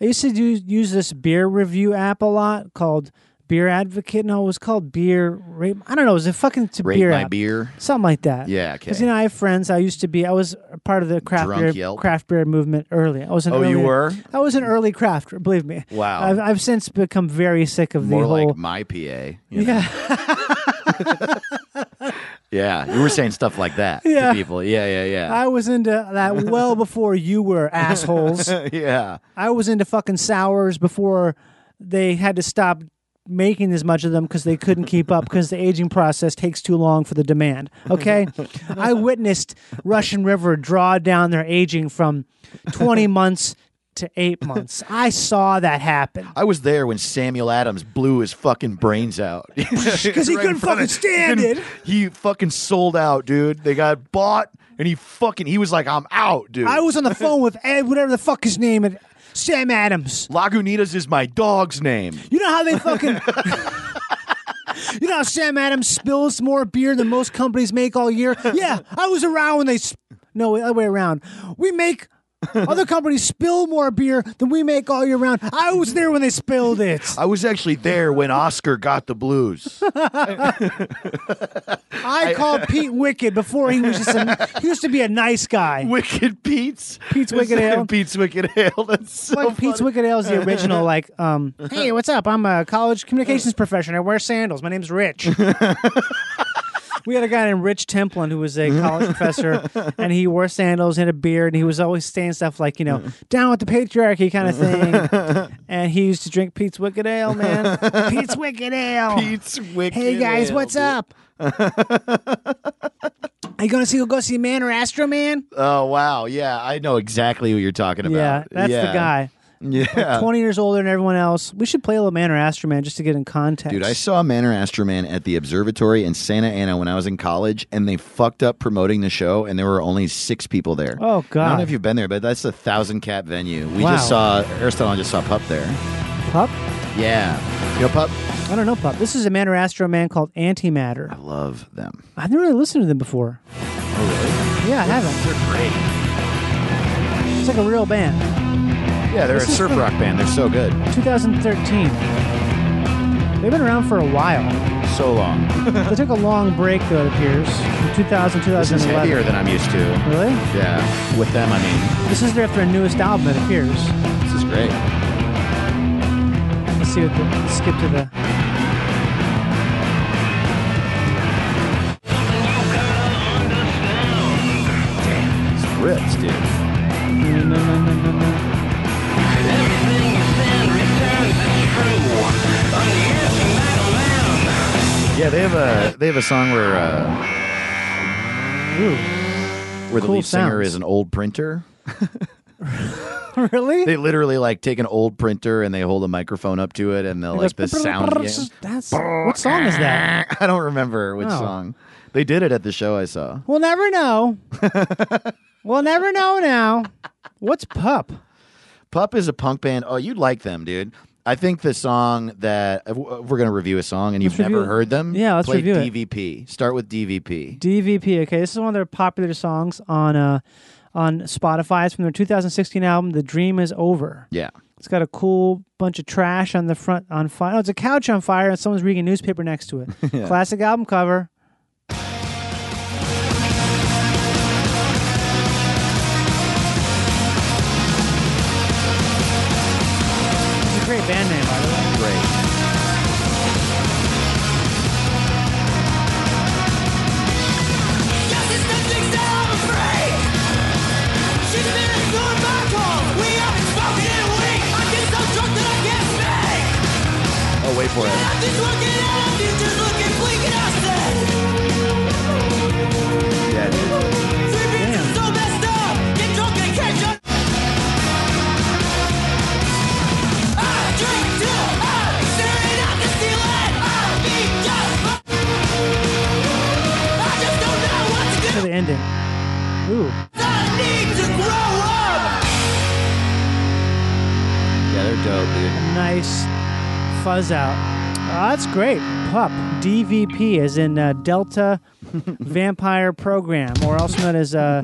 S4: I used to do, use this beer review app a lot called Beer Advocate. No, it was called Beer. Rate, I don't know. It was a fucking to
S5: Rate
S4: beer
S5: my
S4: app.
S5: beer.
S4: Something like that.
S5: Yeah, okay.
S4: Because you know, I have friends. I used to be. I was a part of the craft
S5: Drunk
S4: beer
S5: Yelp?
S4: craft beer movement early. I was an
S5: Oh, you
S4: early-
S5: were?
S4: I was an early crafter. Believe me.
S5: Wow.
S4: I've, I've since become very sick of the
S5: More
S4: whole.
S5: like my PA. you know?
S4: yeah.
S5: Yeah, you were saying stuff like that
S4: Yeah.
S5: to people. Yeah, yeah, yeah.
S4: I was into that well before you were assholes.
S5: yeah.
S4: I was into fucking sours before they had to stop making as much of them because they couldn't keep up because the aging process takes too long for the demand. Okay, I witnessed Russian River draw down their aging from twenty months to eight months. I saw that happen
S5: I was there when Samuel Adams blew his fucking brains out.
S4: because he couldn't fucking stand it.
S5: he fucking sold out, dude. They got bought and he fucking he was like, I'm out, dude.
S4: I was on the phone with Ed, whatever the fuck his name is, Sam Adams.
S5: Lagunitas is my dog's name.
S4: You know how they fucking. You know how Sam Adams spills more beer than most companies make all year? Yeah, I was around when they. Sp- no, the other way around. We make. Other companies spill more beer than we make all year round. I was there when they spilled it.
S5: I was actually there when Oscar got the blues.
S4: I called Pete Wicked before he was just a. He used to be a nice guy.
S5: Wicked Pete's.
S4: Pete's Wicked Ale.
S5: Pete's Wicked Ale. That's so
S4: Like Pete's
S5: funny.
S4: Wicked Ale is the original. Like, um, hey, what's up? I'm a college communications professional. I wear sandals. My name's Rich. we had a guy named Rich Templin who was a college professor, and he wore sandals and a beard, and he was always saying stuff like, you know, down with the patriarchy kind of thing. and he used to drink Pete's Wicked Ale, man. Pete's Wicked Ale.
S5: Pete's Wicked
S4: hey guys,
S5: Ale,
S4: what's
S5: dude.
S4: up? Are you gonna see go see Man or Astro Man?
S5: Oh wow, yeah, I know exactly who you're talking about.
S4: Yeah, that's the guy.
S5: Yeah.
S4: 20 years older than everyone else. We should play a little Man or Astro Man just to get in context.
S5: Dude, I saw Manor Astroman at the observatory in Santa Ana when I was in college, and they fucked up promoting the show, and there were only six people there.
S4: Oh, God.
S5: I don't know if you've been there, but that's a thousand cap venue. We
S4: Wow.
S5: just saw Aristotle just saw Pup there.
S4: Pup?
S5: Yeah, you know Pup.
S4: I don't know, Pup. This is a Man or Astro Man called Antimatter.
S5: I love them.
S4: I've never really listened to them before. Oh, really? Yeah, I haven't.
S5: They're great.
S4: It's like a real band.
S5: Yeah, they're
S4: This
S5: a
S4: is
S5: surf
S4: the-
S5: rock band. They're so good.
S4: 2013. They've been around for a while.
S5: So long.
S4: they took a long break, though, it appears. From 2000,
S5: This is
S4: 2011.
S5: heavier than I'm used to.
S4: Really?
S5: Yeah, with them, I mean,
S4: This is their, their newest album, it appears.
S5: this is great.
S4: Let's see what the. let's skip to the.
S5: It's rips, dude. Yeah, they have a they have a song where uh,
S4: Ooh.
S5: where the
S4: Cool
S5: lead singer
S4: sounds.
S5: is an old printer.
S4: really?
S5: They literally like take an old printer and they hold a microphone up to it and they'll
S4: It
S5: like the
S4: goes
S5: sound.
S4: That's, what song is that?
S5: I don't remember which
S4: Oh.
S5: song. They did it at the show I saw.
S4: We'll never know. we'll never know now. What's pup?
S5: Pup is a punk band. Oh, you'd like them, dude. I think the song that if we're going to review a song and you've
S4: Let's
S5: never
S4: review it.
S5: heard them.
S4: Yeah, let's
S5: play
S4: review it.
S5: DVP. Start with DVP.
S4: DVP. Okay, this is one of their popular songs on uh, on Spotify. It's from their 2016 album, "The Dream Is Over."
S5: yeah.
S4: It's got a cool bunch of trash on the front on fire. Oh, it's a couch on fire, and someone's reading a newspaper next to it. Classic album cover. It's a great band name, by the way.
S5: Great. Oh, wait for it. Yeah. dude.
S4: Look at the ending. Ooh,
S5: Yeah, they're dope,
S4: nice fuzz out. Ah, that's great. Pup. DVP, as in uh, Delta Vampire Program, or also known as uh,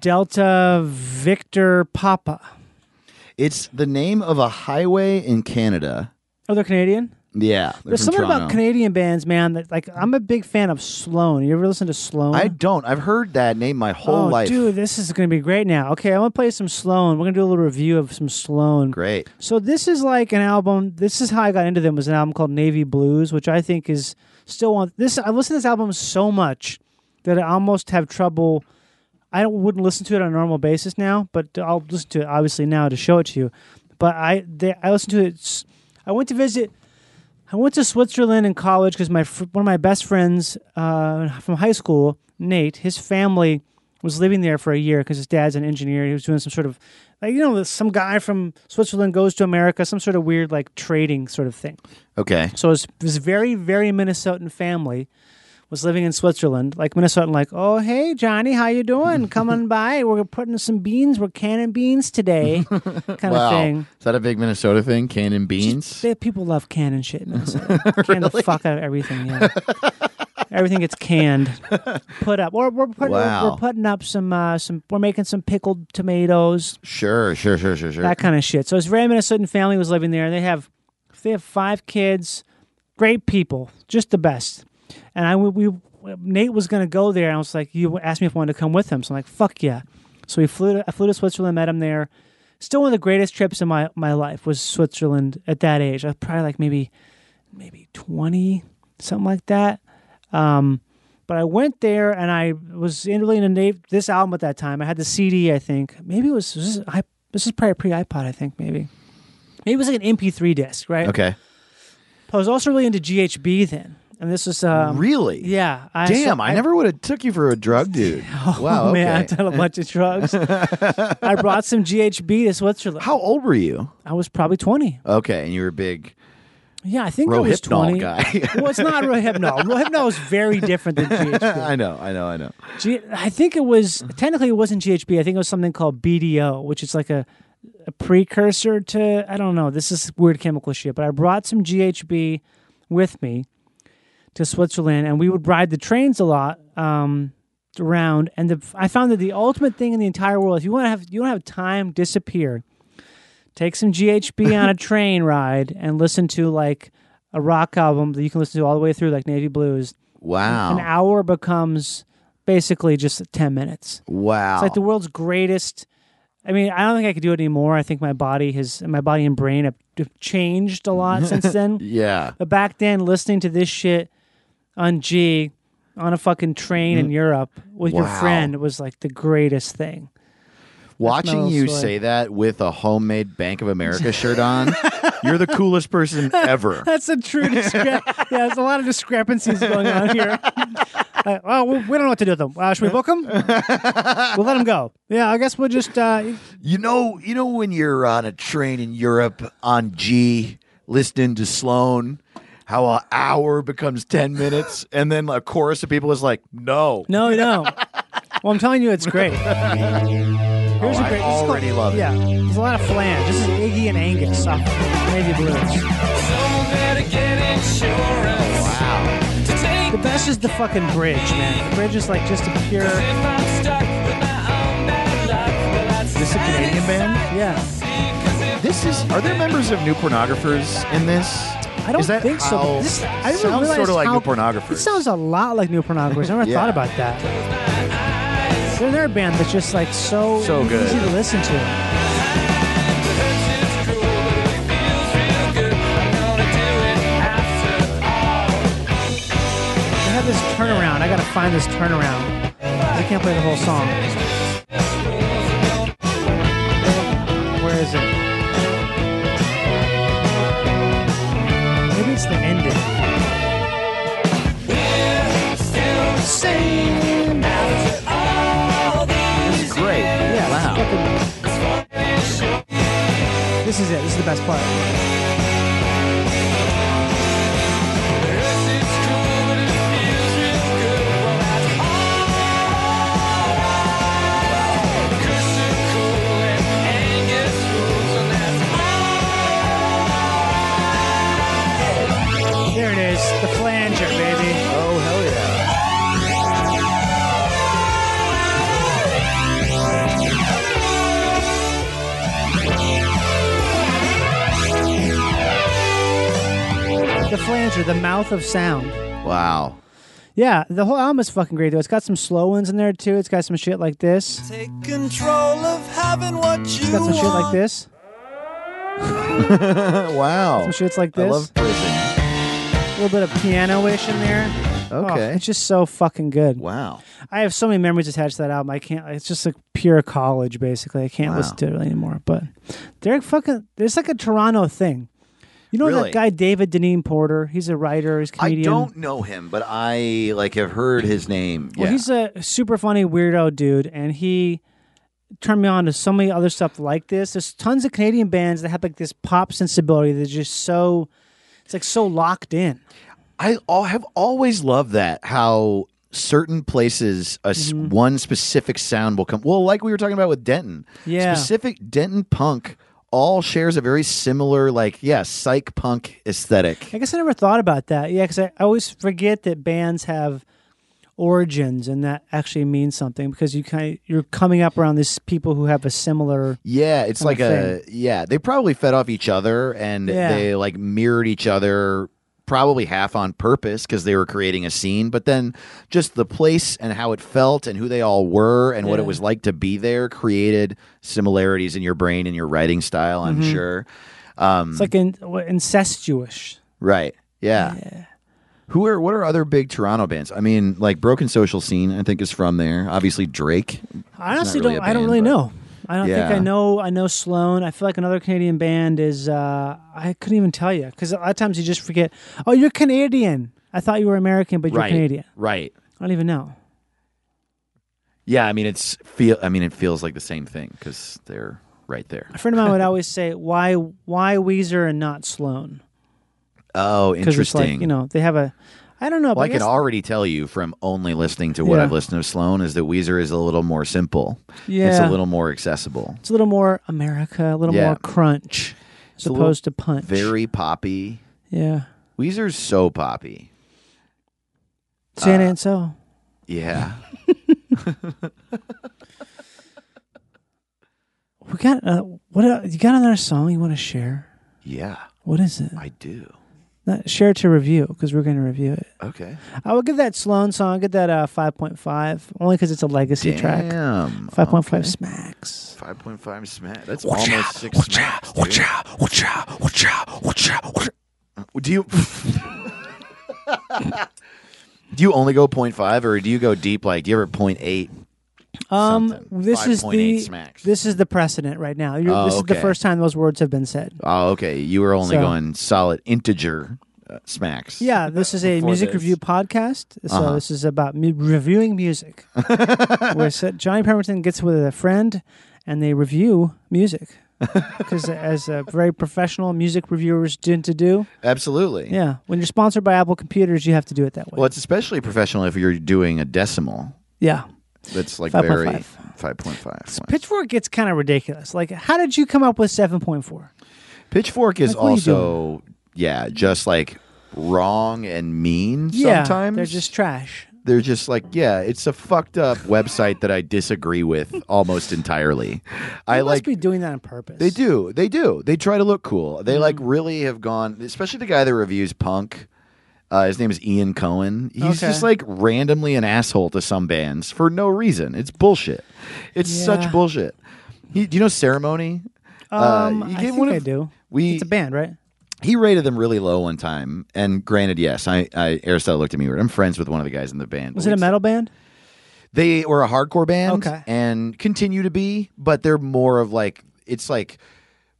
S4: Delta Victor Papa.
S5: dude. It's the name of a highway in Canada.
S4: Oh, they're Canadian?
S5: Yeah. they're
S4: There's
S5: from
S4: something about
S5: Toronto.
S4: Canadian bands, man, that, like, I'm a big fan of Sloan. You ever listen to Sloan?
S5: I don't. I've heard that name my whole
S4: oh,
S5: life.
S4: dude, this is going to be great now. Okay, I'm going to play some Sloan. We're going to do a little review of some Sloan.
S5: Great.
S4: So this is like an album. This is how I got into them. Was an album called Navy Blues, which I think is still on this. I listened to this album so much that I almost have trouble. I don't- wouldn't listen to it on a normal basis now, but I'll listen to it obviously now to show it to you. But I they, I listened to it. s- I went to visit. I went to Switzerland in college because my fr- one of my best friends uh, from high school, Nate, his family was living there for a year because his dad's an engineer. He was doing some sort of, like, you know, some guy from Switzerland goes to America, some sort of weird like trading sort of thing.
S5: Okay.
S4: So his this very very Minnesotan family was living in Switzerland, like Minnesotan, like, oh hey Johnny, how you doing? Coming by, we're putting some beans, we're canning beans today, kind
S5: Wow.
S4: of thing.
S5: Is that a big Minnesota thing? Cannon beans?
S4: They, people love canning shit. in Minnesota. Can the fuck out of everything. Yeah. everything gets canned. Put up. Or we're, putting,
S5: Wow.
S4: we're, putting up some uh, some. We're making some pickled tomatoes.
S5: Sure, sure, sure, sure, sure.
S4: That kind of shit. So it's very Minnesotan family was living there. They have they have five kids. Great people, just the best. And I we, we Nate was gonna go there, and I was like, you asked me if I wanted to come with him. So I'm like, fuck yeah. So we flew. To, I flew to Switzerland, met him there. Still one of the greatest trips in my my life was Switzerland at that age. I was probably like maybe maybe 20, something like that. Um, but I went there and I was really into Nate, this album at that time. I had the CD, I think. Maybe it was, was this, I, this is probably pre iPod, I think, maybe. Maybe it was like an MP3 disc, right?
S5: Okay.
S4: I was also really into GHB then. And this was, um,
S5: really?
S4: yeah. I,
S5: Damn,
S4: so
S5: I, never would have took you for a drug dude. wow.
S4: Oh,
S5: Okay.
S4: man, I've done a bunch of drugs. I brought some GHB to Switzerland.
S5: How old were you?
S4: I was probably 20.
S5: Okay, and you were a big
S4: Yeah, I think I was
S5: Rohypnol
S4: 20.
S5: guy.
S4: well, it's not Rohypnol. Rohypnol is very different than GHB.
S5: I know, I know, I know.
S4: G- I think it was technically it wasn't GHB. I think it was something called BDO, which is like a, a precursor to I don't know. This is weird chemical shit. But I brought some GHB with me to Switzerland, and we would ride the trains a lot um, around. And the, I found that the ultimate thing in the entire world, if you want to have you want to have time disappear, take some GHB on a train ride and listen to like a rock album that you can listen to all the way through, like Navy Blues an
S5: Wow.
S4: hour becomes basically just 10 minutes.
S5: Wow.
S4: It's like the world's greatest. I mean, I don't think I could do it anymore. I think my body has, my body and brain have have changed a lot since then.
S5: yeah.
S4: But back then, listening to this shit on G on a fucking train in Europe with your
S5: Mm. Wow.
S4: friend was like the greatest thing.
S5: Watching
S4: smells
S5: you
S4: like-
S5: say that with a homemade Bank of America shirt on, you're the coolest person ever.
S4: That's a true discrepancy. yeah, there's a lot of discrepancies going on here. Like, oh, we, we don't know what to do with them. Uh, should we book them? we'll let them go. Yeah, I guess we'll just. Uh,
S5: You know, you know when you're on a train in Europe on G, listening to Sloan, how an hour becomes ten minutes, and then a chorus of people is like, "No,
S4: no, no. well, I'm telling you, it's great. Here's
S5: Oh, I
S4: this is called-
S5: already love it.
S4: Yeah, there's a lot of flange. This is Iggy and Angus off Navy Blues.
S5: wow,
S4: The best is the fucking bridge, man. The bridge is like just a pure.
S5: this is a Canadian band.
S4: Yeah,
S5: This is. Are there members of New Pornographers in this?
S4: I don't
S5: Is that
S4: think so.
S5: how-
S4: but This, I didn't
S5: sounds
S4: realize
S5: sort of like
S4: how,
S5: New Pornographers.
S4: It sounds a lot like New Pornographers. I never
S5: Yeah.
S4: thought about that. They're they're a band that's just like so,
S5: So good.
S4: easy to listen to. They have this turnaround. I gotta find this turnaround. 'Cause I can't play the whole song. Where is it? Maybe it's the ending.
S5: This is great.
S4: Yeah,
S5: wow.
S4: it's fucking- This is it. This is the best part. There it is, the flanger, baby.
S5: Oh hell yeah!
S4: The flanger, the mouth of sound.
S5: Wow.
S4: Yeah, the whole album is fucking great though. It's got some slow ones in there too. It's got some shit like this.
S1: Take control of having what you
S4: It's got some shit like
S1: want.
S4: this.
S5: wow.
S4: Some shits like
S5: I
S4: this.
S5: love prison.
S4: A little bit of piano-ish in there. Oh,
S5: Okay.
S4: it's just so fucking good.
S5: Wow.
S4: I have so many memories attached to that album. I can't. It's just like pure college, basically. I can't
S5: Wow.
S4: listen to it really anymore. But they're fucking. It's like a Toronto thing. You know
S5: Really?
S4: that guy David Deneen Porter? He's a writer. He's a
S5: I
S4: comedian.
S5: don't know him, but I like have heard his name.
S4: Well,
S5: yeah.
S4: he's a super funny weirdo dude, and he turned me on to so many other stuff like this. There's tons of Canadian bands that have like this pop sensibility that's just so. It's like so locked in.
S5: I all have always loved that how certain places a s-
S4: Mm-hmm.
S5: one specific sound will come. Well, like we were talking about with Denton,
S4: Yeah.
S5: specific Denton punk all shares a very similar like yeah psych punk aesthetic.
S4: I guess I never thought about that. Yeah, because I, I always forget that bands have origins, and that actually means something because you kind of, you're coming up around these people who have a similar.
S5: Yeah, it's
S4: Kind
S5: like
S4: of
S5: a yeah. They probably fed off each other and
S4: Yeah.
S5: they like mirrored each other, probably half on purpose because they were creating a scene. But then just the place and how it felt and who they all were and what it
S4: Yeah.
S5: was like to be there created similarities in your brain and your writing style. I'm
S4: Mm-hmm.
S5: sure. Um,
S4: It's like in, incestuous.
S5: right. Yeah. Who are what are other big Toronto bands? I mean, like Broken Social Scene, I think is from there. Obviously Drake.
S4: I honestly
S5: really
S4: don't.
S5: a
S4: I don't
S5: band,
S4: really
S5: but-
S4: know. I don't
S5: Yeah.
S4: think I know. I know Sloan. I feel like another Canadian band is. Uh, I couldn't even tell you because a lot of times you just forget. Oh, you're Canadian. I thought you were American, but you're
S5: right.
S4: Canadian.
S5: Right.
S4: I don't even know.
S5: Yeah, I mean it's feel. I mean it feels like the same thing because they're right there.
S4: A friend of mine would always say, "Why, why Weezer and not Sloan?"
S5: Oh,
S4: Because it's
S5: interesting.
S4: like you know they have a. I don't know.
S5: well, I
S4: but
S5: can
S4: guess-
S5: already tell you from only listening to what
S4: Yeah.
S5: I've listened to Sloan is that Weezer is a little more simple. it's
S4: Yeah.
S5: a little more accessible.
S4: It's a little more America, a little
S5: Yeah.
S4: more crunch, as
S5: a little
S4: opposed to punch.
S5: Very poppy.
S4: yeah.
S5: Weezer's so poppy. uh,
S4: San and so.
S5: Yeah,
S4: We got uh, what? Uh, you got another song you want to share?
S5: yeah,
S4: What is it?
S5: I do.
S4: Not share to review because we're going to review it.
S5: Okay.
S4: I would give that Sloan song. I'll give that uh, five point five only because it's a legacy track.
S5: Damn.
S4: Five point five smacks.
S5: Five point five smack. That's almost six. smacks, dude. Uh, Do you do you only go point five or do you go deep? Like, do you ever point eight?
S4: Um,
S5: Something.
S4: this is
S5: 5.8
S4: the
S5: smacks.
S4: this is the precedent right now. You're,
S5: Oh,
S4: this is the
S5: okay.
S4: first time those words have been said.
S5: Oh, okay. You were only
S4: So-
S5: going solid integer uh, smacks.
S4: Yeah, this is a
S5: Before
S4: music
S5: this.
S4: review podcast. So
S5: Uh-huh.
S4: this is about mu- reviewing music. Where so Johnny Pemberton gets with a friend, and they review music because as uh, very professional music reviewers tend to do.
S5: Absolutely.
S4: Yeah, when you're sponsored by Apple Computers, you have to do it that way.
S5: Well, it's especially professional if you're doing a decimal.
S4: Yeah,
S5: That's like very
S4: 5.5.
S5: five point five.
S4: Pitchfork gets kind of ridiculous. Like, how did you come up with seven point four?
S5: Pitchfork is
S4: Like, what are you
S5: also yeah, just like wrong and mean
S4: Yeah,
S5: sometimes.
S4: they're just trash.
S5: they're just like, yeah, it's a fucked up website that I disagree with almost entirely. I
S4: They must
S5: like
S4: be doing that on purpose.
S5: they do. They do. They try to look cool. They like
S4: Mm-hmm.
S5: really have gone, especially the guy that reviews punk. Uh, his name is Ian Cohen. He's
S4: Okay.
S5: just like randomly an asshole to some bands for no reason. It's bullshit. It's
S4: Yeah.
S5: such bullshit. He, do you know Ceremony?
S4: Um,
S5: uh, you
S4: I
S5: get
S4: think
S5: one
S4: I
S5: of-
S4: do.
S5: we- Oh,
S4: it's a band, right?
S5: he rated them really low one time. And granted, yes, I, I Aristotle looked at me weird. I'm friends with one of the guys in the band.
S4: Was
S5: but
S4: it a
S5: we-
S4: metal band?
S5: They were a hardcore band
S4: Okay.
S5: and continue to be, but they're more of like it's like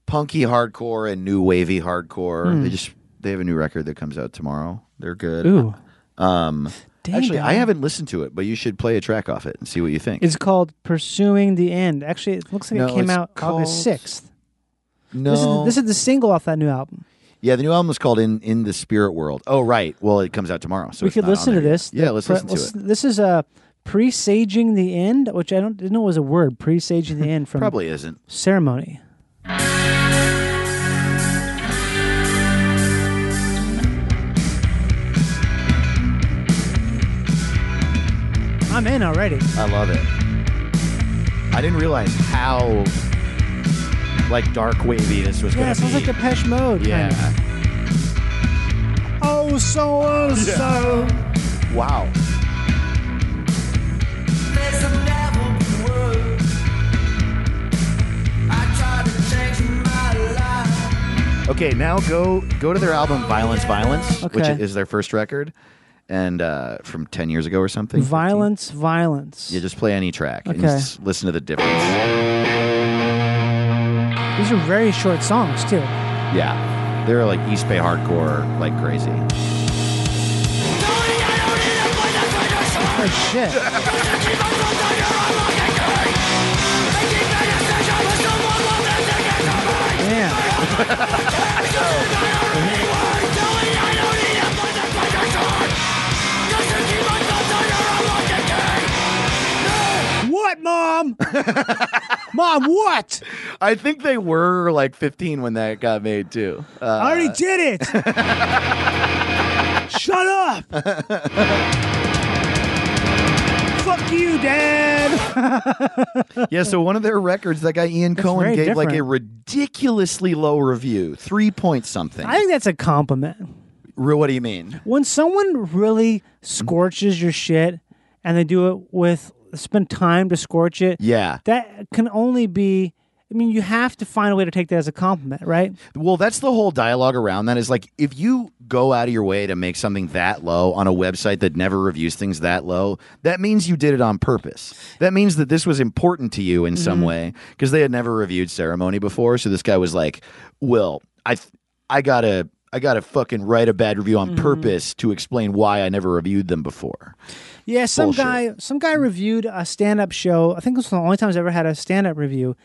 S5: punky hardcore and new wavy hardcore.
S4: Hmm.
S5: They just they have a new record that comes out tomorrow. They're good.
S4: Ooh,
S5: Um
S4: Dang,
S5: actually I
S4: Adam.
S5: haven't listened to it, but you should play a track off it and see what you think.
S4: It's called Pursuing the End. Actually, it looks like it
S5: No,
S4: came
S5: it's
S4: out August
S5: called-
S4: sixth.
S5: no.
S4: This is this is the single off that new album.
S5: yeah, the new album is called In In the Spirit World. Oh right. Well, it comes out tomorrow. So
S4: we
S5: it's
S4: could
S5: not on
S4: listen to
S5: there yet.
S4: this.
S5: Yeah, let's
S4: Pre-
S5: listen to it.
S4: This is a presaging the end, which I don't didn't know was a word. Presaging the end from
S5: Probably isn't.
S4: ceremony. I'm in already.
S5: I love it. I didn't realize how like dark wavy this was
S4: Yeah,
S5: gonna
S4: it sounds
S5: be.
S4: like Depeche Mode.
S5: yeah.
S4: Kind of. Oh, so and so.
S5: Wow. Okay, now go go to their album Violence Violence, which
S4: Okay.
S5: is their first record and uh from 10 years ago or something. 15.
S4: Violence, violence.
S5: Yeah, just play any track and
S4: Okay.
S5: just listen to the difference.
S4: These are very short songs too.
S5: Yeah. They're like East Bay hardcore like crazy.
S4: Oh shit. Man, what, mom? mom, what?
S5: I think they were like 15 when that got made too. Uh,
S4: I already did it. Shut up. Fuck you, Dad.
S5: Yeah, so one of their records, that guy Ian Cohen
S4: very
S5: gave like a
S4: different.
S5: ridiculously low review, three point something.
S4: I think that's a compliment.
S5: Ru- what do you mean?
S4: When someone really scorches your shit and they do it with spend time to scorch it,
S5: Yeah.
S4: that can only be. I mean, you have to find a way to take that as a compliment, right?
S5: Well, that's the whole dialogue around that is like if you go out of your way to make something that low on a website that never reviews things that low, that means you did it on purpose. That means that this was important to you in some
S4: Mm-hmm.
S5: way because they had never reviewed ceremony before. So this guy was like, "Well, I th- I got to I got to fucking write a bad review
S4: Mm-hmm.
S5: on purpose to explain why I never reviewed them before."
S4: Yeah, some
S5: Bullshit.
S4: guy some guy reviewed a stand up show. I think it was the only time I've ever had a stand up review,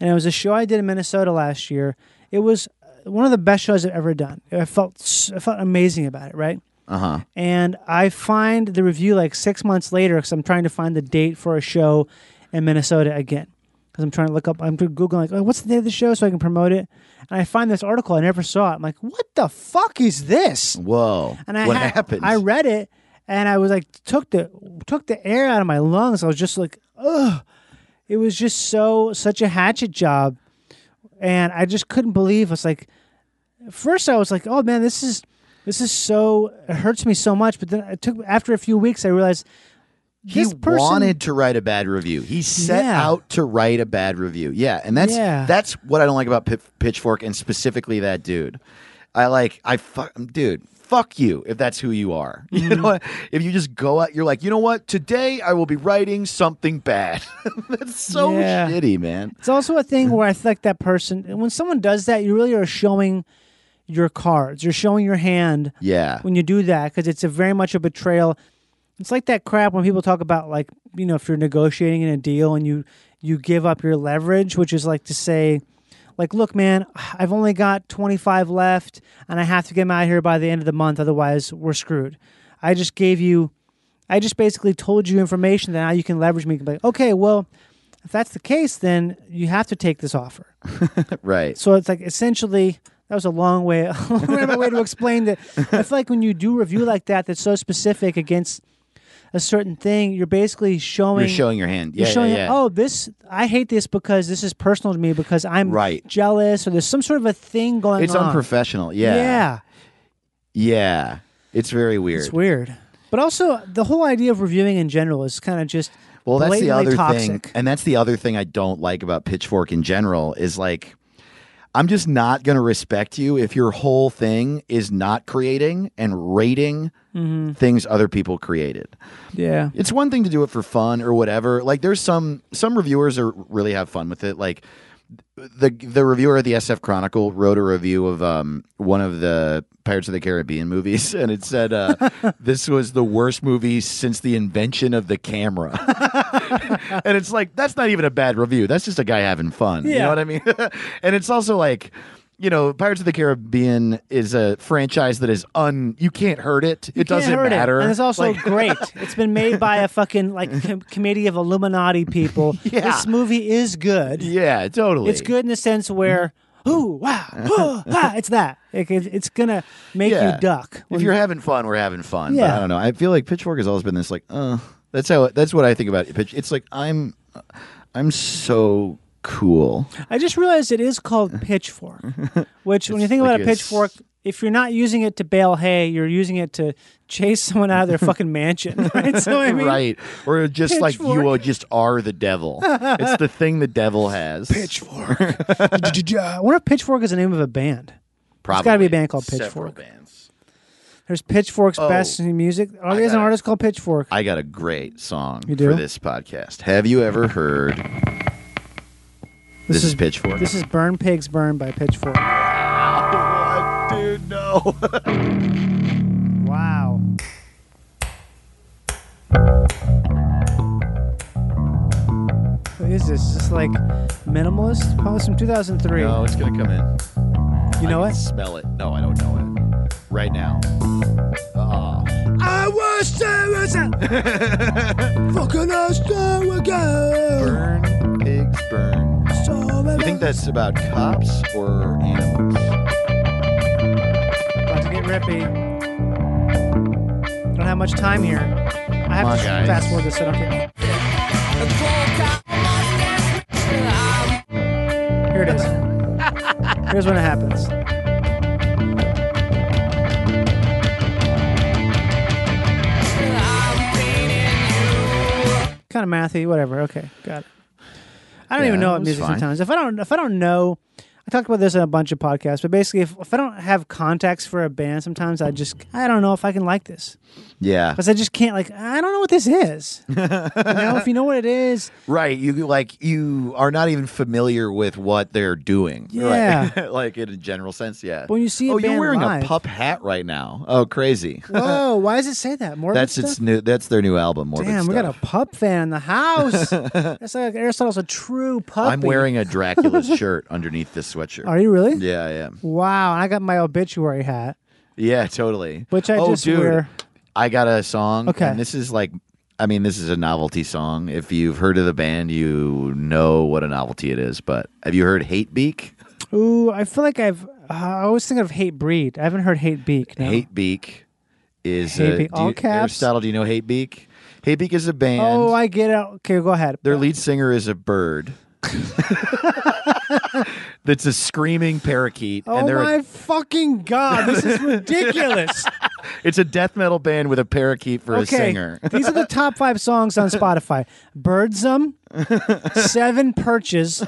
S4: and it was a show I did in Minnesota last year. It was uh, one of the best shows I've ever done. I felt s- I felt amazing about it, right?
S5: Uh-huh.
S4: And I find the review like six months later because I'm trying to find the date for a show in Minnesota again. Because I'm trying to look up, I'm googling like, oh, what's the date of the show so I can promote it. And I find this article I never saw. It. I'm like, what the fuck is this?
S5: Whoa.
S4: And I
S5: what
S4: had-
S5: happened?
S4: I read it and I was like took the took the air out of my lungs. I was just like, ugh. It was just so such a hatchet job. And I just couldn't believe I was like at first I was like, oh man, this is this is so it hurts me so much. But then it took after a few weeks I realized
S5: he
S4: this person
S5: wanted to write a bad review. He set
S4: Yeah.
S5: out to write a bad review. Yeah, and that's
S4: Yeah.
S5: that's what I don't like about Pit- Pitchfork and specifically that dude. I like I fuck dude. Fuck you if that's who you are. You
S4: Mm-hmm.
S5: know what? If you just go out, you're like, you know what? Today I will be writing something bad. that's so
S4: Yeah.
S5: shitty, man.
S4: It's also a thing where I feel like that person, when someone does that, you really are showing your cards. You're showing your hand
S5: Yeah.
S4: when you do that because it's a very much a betrayal. It's like that crap when people talk about like you know if you're negotiating in a deal and you you give up your leverage, which is like to say, like look, man, I've only got 25 left and I have to get 'em out of here by the end of the month, otherwise we're screwed. I just gave you, I just basically told you information that now you can leverage me. You can be like, okay, well, if that's the case, then you have to take this offer.
S5: Right.
S4: So it's like essentially that was a long way, a long roundabout way to explain that. I feel like when you do review like that, that's so specific against a certain thing, you're basically showing.
S5: You're showing your hand. Yeah.
S4: you're showing,
S5: yeah, yeah.
S4: oh, this I hate this because this is personal to me because I'm
S5: Right.
S4: jealous or there's some sort of a thing going
S5: it's
S4: on.
S5: unprofessional. Yeah.
S4: yeah,
S5: Yeah. It's very weird.
S4: it's weird. But also, the whole idea of reviewing in general is kind of just
S5: Well, that's the
S4: blatantly
S5: other
S4: toxic.
S5: thing, and that's the other thing I don't like about Pitchfork in general is like, I'm just not going to respect you if your whole thing is not creating and rating
S4: Mm-hmm.
S5: things other people created.
S4: Yeah,
S5: It's one thing to do it for fun or whatever. Like, there's some some reviewers are really have fun with it. Like, the the reviewer at the SF Chronicle wrote a review of um one of the Pirates of the Caribbean movies, and it said uh, this was the worst movie since the invention of the camera. and it's like that's not even a bad review. That's just a guy having fun. You
S4: Yeah.
S5: know what I mean? and it's also like. You know, Pirates of the Caribbean is a franchise that is un. You can't hurt it. it
S4: Can't
S5: doesn't
S4: hurt it.
S5: matter.
S4: And it's also
S5: Like-
S4: great. It's been made by a fucking like com- committee of Illuminati people.
S5: Yeah.
S4: This movie is good.
S5: Yeah, totally.
S4: It's good in the sense where,
S5: Mm-hmm.
S4: ooh, wow, ooh, ah, it's that. Like, it- it's gonna make
S5: Yeah.
S4: you duck.
S5: If you're having fun, we're having fun. But
S4: Yeah.
S5: I don't know. I feel like Pitchfork has always been this like, uh, that's how that's what I think about it. Pitch- It's like I'm I'm so cool.
S4: I just realized it is called pitchfork, which when you think
S5: like
S4: about a
S5: a
S4: pitchfork, if you're not using it to bale hay, you're using it to chase someone out of their fucking mansion. Right? So I mean,
S5: right. Or just like
S4: Pitchfork.
S5: you are just are the devil. it's the thing the devil has.
S4: pitchfork. uh, I wonder if pitchfork is the name of a band.
S5: Probably.
S4: gotta be a band called
S5: Several
S4: Pitchfork.
S5: bands.
S4: There's Pitchfork's
S5: Oh.
S4: best in music. Oh,
S5: I
S4: there's an
S5: gotta-
S4: artist called Pitchfork.
S5: I got a great song
S4: You do?
S5: for this podcast. Have you ever heard This, is, Pitchfork.
S4: This is Burn Pigs Burn by Pitchfork.
S5: What? Oh, Dude, no.
S4: Wow. What is this? Is this like minimalist? Oh, Probably some 2003.
S5: no, it's gonna come in.
S4: you know
S5: I
S4: what?
S5: can Smell it. No, I don't know it. Right now. Ah.
S4: I was fucking astro again.
S5: burn, pigs, burn. You think that's about cops or animals?
S4: About to get rippy. Don't have much time here. I have
S5: Come on,
S4: to
S5: guys.
S4: fast forward this. so I don't get. Here it is. Here's when it happens. Kind of mathy, whatever. Okay, got it. I don't
S5: Yeah,
S4: even know
S5: it
S4: what
S5: was
S4: music
S5: fine.
S4: sometimes. If I don't, if I don't know, I talked about this in a bunch of podcasts. But basically, if, if I don't have contacts for a band, sometimes I just I don't know if I can like this
S5: Yeah.
S4: because I just can't like I don't know what this is. you know, if you know what it is,
S5: Right. You like you are not even familiar with what they're doing.
S4: Yeah.
S5: Right? like in a general sense, yeah.
S4: When you see a
S5: Oh, you're
S4: band
S5: wearing
S4: live-
S5: a pup hat right now. Oh, crazy.
S4: whoa, why does it say that? More
S5: that's
S4: stuff?
S5: its new that's their new album, Morbid
S4: Damn, we got a
S5: Stuff.
S4: pup fan in the house. That's like Aristotle's a true puppy.
S5: I'm wearing a Dracula's shirt underneath this sweatshirt.
S4: Are you really?
S5: Yeah, I am.
S4: Wow, and I got my obituary hat,
S5: Yeah, totally.
S4: which I
S5: oh,
S4: just
S5: dude,
S4: wear.
S5: I got a song.
S4: Okay.
S5: And this is like, I mean, this is a novelty song. If you've heard of the band, you know what a novelty it is. But have you heard Hate Beak?
S4: Ooh, I feel like I've. I always think of Hate Breed. I haven't heard Hate Beak. No.
S5: Hate Beak is
S4: Hate
S5: a,
S4: Beak,
S5: do
S4: all
S5: you-
S4: caps?
S5: Aristotle, do you know Hate Beak? Hate Beak is a band.
S4: Oh, I get it. Okay, go ahead.
S5: Their lead singer is a bird. That's a screaming parakeet,
S4: oh
S5: and they're
S4: my
S5: a,
S4: fucking god, this is ridiculous.
S5: it's a death metal band with a parakeet for a
S4: okay,
S5: singer.
S4: these are the top five songs on Spotify: Birdsum, Seven Perches,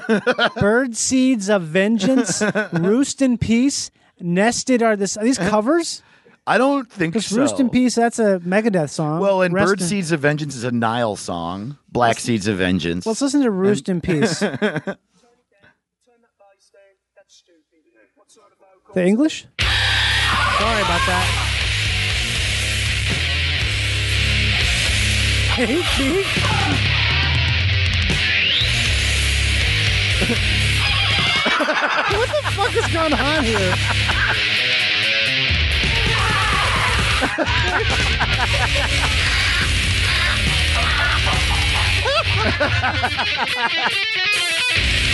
S4: Bird Seeds of Vengeance, Roost in Peace, Nested. Are this are these covers?
S5: I don't think
S4: Because
S5: so.
S4: Roost in Peace, that's a Megadeth song.
S5: Well, and
S4: Rest
S5: Bird
S4: in-
S5: Seeds of Vengeance is a Nile song. Black Seeds of Vengeance.
S4: Let's listen to Roost in Peace. the English? Sorry about that. Hey, see? what the fuck is going on here? So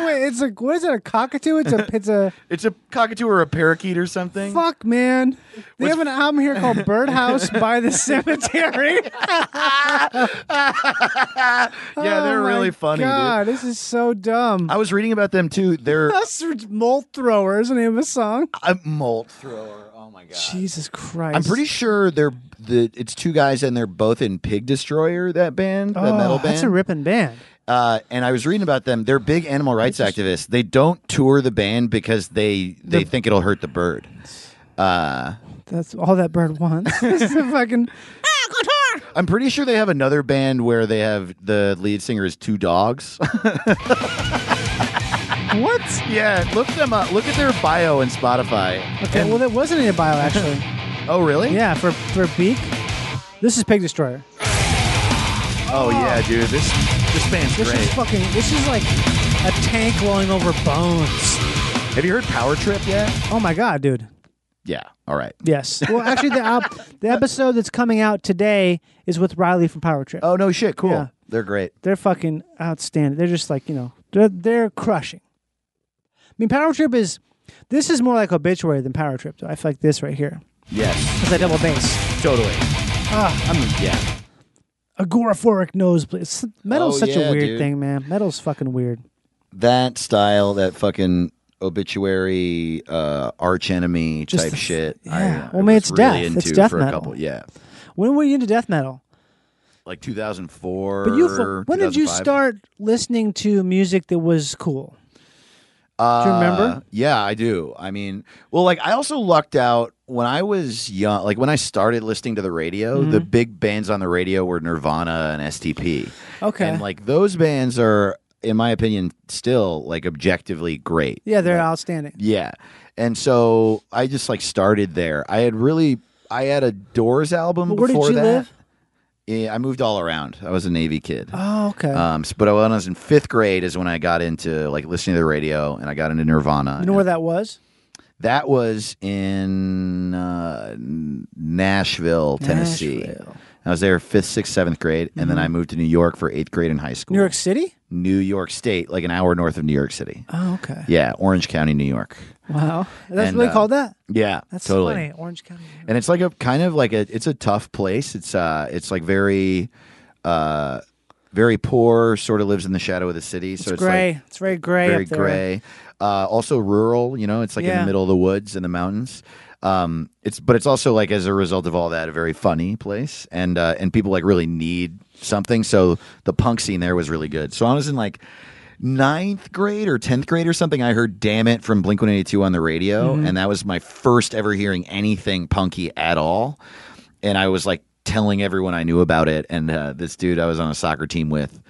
S4: Oh, Wait, it's a what is it? A cockatoo? It's a it's a
S5: It's a cockatoo or a parakeet or something.
S4: fuck, man. They have an album here called Birdhouse by the Cemetery.
S5: Yeah, they're
S4: Oh my
S5: really funny. dude.
S4: God, this is so dumb.
S5: I was reading about them too. They're
S4: That's Mole Thrower is the name of a song.
S5: a malt thrower. Oh my god.
S4: Jesus Christ!
S5: I'm pretty sure they're the it's two guys and they're both in Pig Destroyer, that band, that
S4: Oh,
S5: metal band.
S4: That's a ripping band.
S5: uh, and I was reading about them. They're big animal rights activists. They don't tour the band because they they think it'll hurt the bird. Uh,
S4: That's all that bird wants. this is a fucking.
S5: I'm pretty sure they have another band where they have the lead singer is two dogs.
S4: What?
S5: yeah, look them up. Look at their bio in Spotify.
S4: Okay, well, that wasn't in a bio actually.
S5: Oh really?
S4: yeah, for for Beak. This is Pig Destroyer.
S5: Oh yeah, dude. This this band's
S4: This
S5: great.
S4: is fucking. This is like a tank rolling over bones.
S5: have you heard Power Trip yet?
S4: Oh my god, dude.
S5: Yeah. All right.
S4: Yes. Well, actually, the al- the episode that's coming out today is with Riley from Power Trip.
S5: Oh no shit. Cool.
S4: Yeah.
S5: They're great.
S4: they're fucking outstanding. They're just like you know they're they're crushing. I mean, Power Trip is this is more like obituary than Power Trip. Though. I feel like this right here
S5: Yes.
S4: is a double bass.
S5: Totally. I'm yeah.
S4: Agoraphoric nosebleed. It's- Metal's
S5: Oh,
S4: such
S5: yeah,
S4: a weird
S5: dude.
S4: thing, man. Metal's fucking weird.
S5: that style, that fucking obituary, uh, arch enemy
S4: Just
S5: type
S4: the-
S5: shit.
S4: yeah.
S5: I,
S4: Well, I
S5: I
S4: mean,
S5: was
S4: it's
S5: really
S4: death.
S5: Into
S4: It's death
S5: for a
S4: metal.
S5: couple, yeah,
S4: When were you into death metal?
S5: like 2004.
S4: But you, when did you
S5: 2005.
S4: start listening to music that was cool?
S5: Uh,
S4: you remember?
S5: Yeah, I do. I mean, well, like I also lucked out when I was young. Like when I started listening to the radio, the big bands on the radio were Nirvana and STP.
S4: Okay.
S5: and like those bands are, in my opinion, still like objectively great.
S4: yeah, they're outstanding.
S5: Yeah. And so I just like started there. I had really I had a Doors album
S4: Where did
S5: before
S4: you
S5: that.
S4: live?
S5: Yeah, I moved all around. I was a Navy kid.
S4: Oh, okay.
S5: Um, s- but when I was in fifth grade is when I got into like listening to the radio and I got into Nirvana.
S4: you know where that was?
S5: That was in uh, N- Nashville, Tennessee.
S4: Nashville. Mm-hmm.
S5: I was there fifth, sixth, seventh grade, and then I moved to New York for eighth grade in high school.
S4: New York City.
S5: New York State, like an hour north of New York City.
S4: Oh, okay.
S5: Yeah, Orange County, New York.
S4: Wow, that's
S5: And,
S4: what they
S5: uh,
S4: called that.
S5: Yeah,
S4: That's
S5: totally.
S4: funny. Orange County.
S5: and it's like a kind of like a it's a tough place it's uh it's like very uh very poor sort of lives in the shadow of the city so it's,
S4: It's gray.
S5: like
S4: it's very gray.
S5: very
S4: up there.
S5: gray uh also rural you know it's like in
S4: Yeah.
S5: the middle of the woods and the mountains um it's but it's also like as a result of all that a very funny place and uh and people like really need something so the punk scene there was really good so i was in like ninth grade or 10th grade or something i heard damn it from blink 182 on the radio
S4: Mm-hmm.
S5: and that was my first ever hearing anything punky at all and i was like telling everyone i knew about it and uh, this dude i was on a soccer team with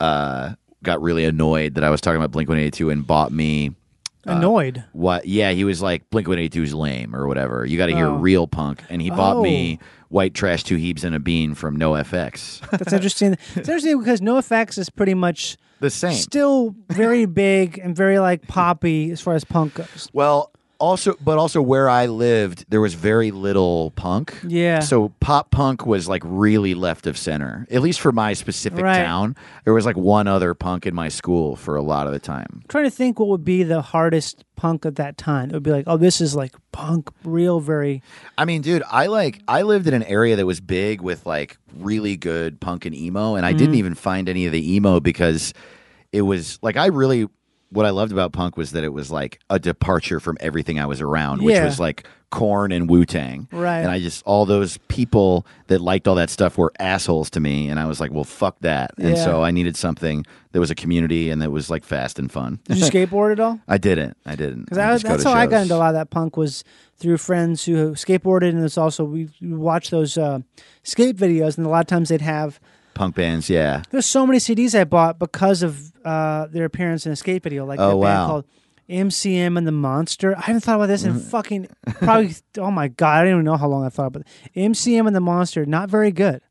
S5: uh, got really annoyed that i was talking about blink 182 and bought me
S4: Annoyed.
S5: what yeah he was like blink 182's lame or whatever you gotta hear
S4: Oh.
S5: real punk and he bought
S4: Oh.
S5: me white trash two heaps and a bean from no fx
S4: That's interesting. it's interesting because NoFX is pretty much
S5: the same
S4: still very big and very like poppy as far as punk goes.
S5: Well, also, but also where I lived, there was very little punk.
S4: Yeah.
S5: So pop punk was like really left of center, at least for my specific
S4: Right.
S5: town. There was like one other punk in my school for a lot of the time.
S4: I'm trying to think what would be the hardest punk at that time. It would be like, oh, this is like punk, real, very.
S5: I mean, dude, I like, I lived in an area that was big with like really good punk and emo, and I
S4: Mm.
S5: didn't even find any of the emo because it was like, I really. What I loved about punk was that it was like a departure from everything I was around, which
S4: Yeah.
S5: was like Corn and Wu Tang.
S4: Right.
S5: And I just all those people that liked all that stuff were assholes to me, and I was like, well, fuck that. And
S4: Yeah.
S5: so I needed something that was a community and that was like fast and fun.
S4: Did you skateboard at all?
S5: I didn't. I didn't. I
S4: Because
S5: just go
S4: that's
S5: to
S4: how I got
S5: shows.
S4: into a lot of that punk was through friends who skateboarded, and it's also we, we watched those uh, skate videos, and a lot of times they'd have
S5: punk bands. Yeah.
S4: There's so many CDs I bought because of uh, their appearance in a skate video, like
S5: Oh,
S4: that
S5: wow.
S4: band called MCM and the Monster. I haven't thought about this
S5: Mm-hmm.
S4: in fucking probably. Oh my god, I don't even know how long I thought about it. MCM and the Monster. Not very good.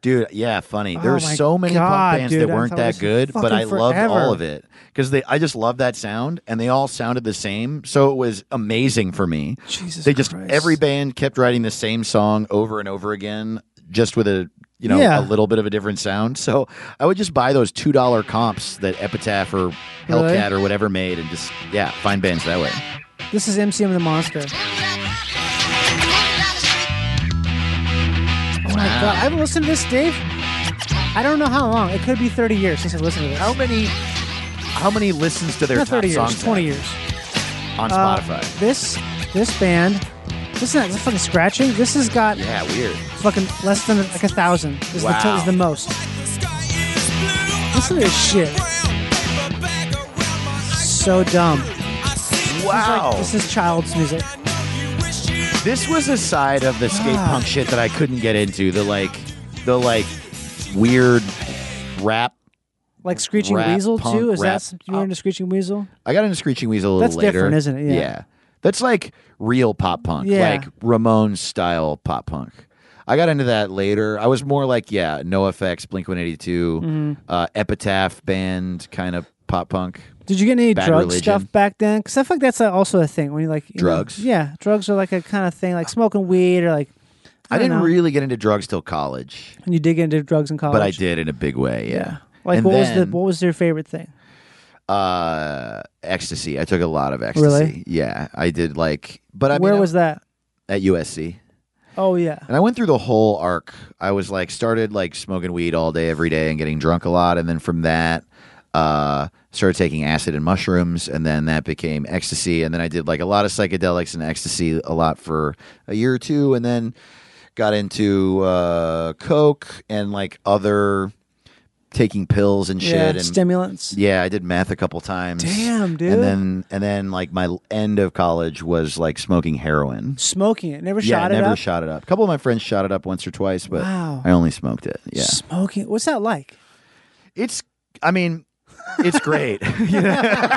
S5: Dude, yeah, funny. There
S4: Oh
S5: were
S4: my
S5: so many
S4: God,
S5: punk bands
S4: dude,
S5: that
S4: I
S5: weren't
S4: thought
S5: that
S4: this was
S5: good, but
S4: fucking
S5: I loved all
S4: forever.
S5: of it because they. I just loved that sound, and they all sounded the same, so it was amazing for me.
S4: Jesus,
S5: they just
S4: Christ.
S5: every band kept writing the same song over and over again, just with a you know
S4: Yeah.
S5: a little bit of a different sound. So I would just buy those two dollar comps that Epitaph or
S4: Really?
S5: Hellcat or whatever made, and just yeah, find bands that way.
S4: This is MCM and the Monster. Oh my god, I haven't listened to this, Dave. I don't know how long. It could be 30 years since I listened to this.
S5: How many? How many listens to their
S4: Not
S5: top
S4: 30
S5: songs
S4: years, 20 years.
S5: on
S4: Uh,
S5: Spotify?
S4: This this band, this is not this is fucking scratching. This has got
S5: yeah, weird.
S4: fucking less than like a thousand. Is, the,
S5: Wow.
S4: is the most. Listen to this shit. So dumb.
S5: Wow.
S4: This is child's music.
S5: This was a side of the skate
S4: Ah.
S5: punk shit that I couldn't get into. The like, the like weird rap.
S4: Like Screeching
S5: Rap,
S4: Weasel
S5: punk,
S4: too. Is
S5: rap. Oh.
S4: that some- you're into Screeching Weasel?
S5: I got into Screeching Weasel a little
S4: That's
S5: later.
S4: different, isn't it? Yeah.
S5: That's like real pop punk,
S4: Yeah.
S5: like Ramones style pop punk. I got into that later. I was more like, yeah, NoFX, Blink 182,
S4: Mm-hmm.
S5: uh, Epitaph band kind of pop punk.
S4: Did you get any
S5: Bad
S4: drug
S5: Religion.
S4: stuff back then? Because I feel like that's uh, also a thing when you like you know-
S5: Drugs?
S4: yeah, drugs are like a kind of thing, like smoking weed or like.
S5: I,
S4: don't
S5: didn't
S4: know.
S5: really get into drugs till college,
S4: And you did get into drugs in college,
S5: but I did in a big way. Yeah.
S4: Like,
S5: And
S4: what was
S5: then-
S4: the what was your favorite thing?
S5: uh ecstasy i took a lot of ecstasy
S4: Really?
S5: yeah i did like but i
S4: Where
S5: mean, uh, I-
S4: was that?
S5: at usc
S4: Oh yeah,
S5: and i went through the whole arc i was like started like smoking weed all day every day and getting drunk a lot and then from that uh started taking acid and mushrooms and then that became ecstasy and then i did like a lot of psychedelics and ecstasy a lot for a year or two and then got into uh coke and like other taking pills and shit
S4: yeah,
S5: and
S4: stimulants.
S5: yeah, I did math a couple times.
S4: Damn, dude.
S5: And then and then like my l- end of college was like smoking heroin.
S4: Smoking it, never
S5: yeah, I
S4: shot it
S5: never
S4: up.
S5: shot it up. A couple of my friends shot it up once or twice, but
S4: Wow.
S5: I only smoked it. Yeah.
S4: Smoking, what's that like?
S5: It's I mean, it's great. You know?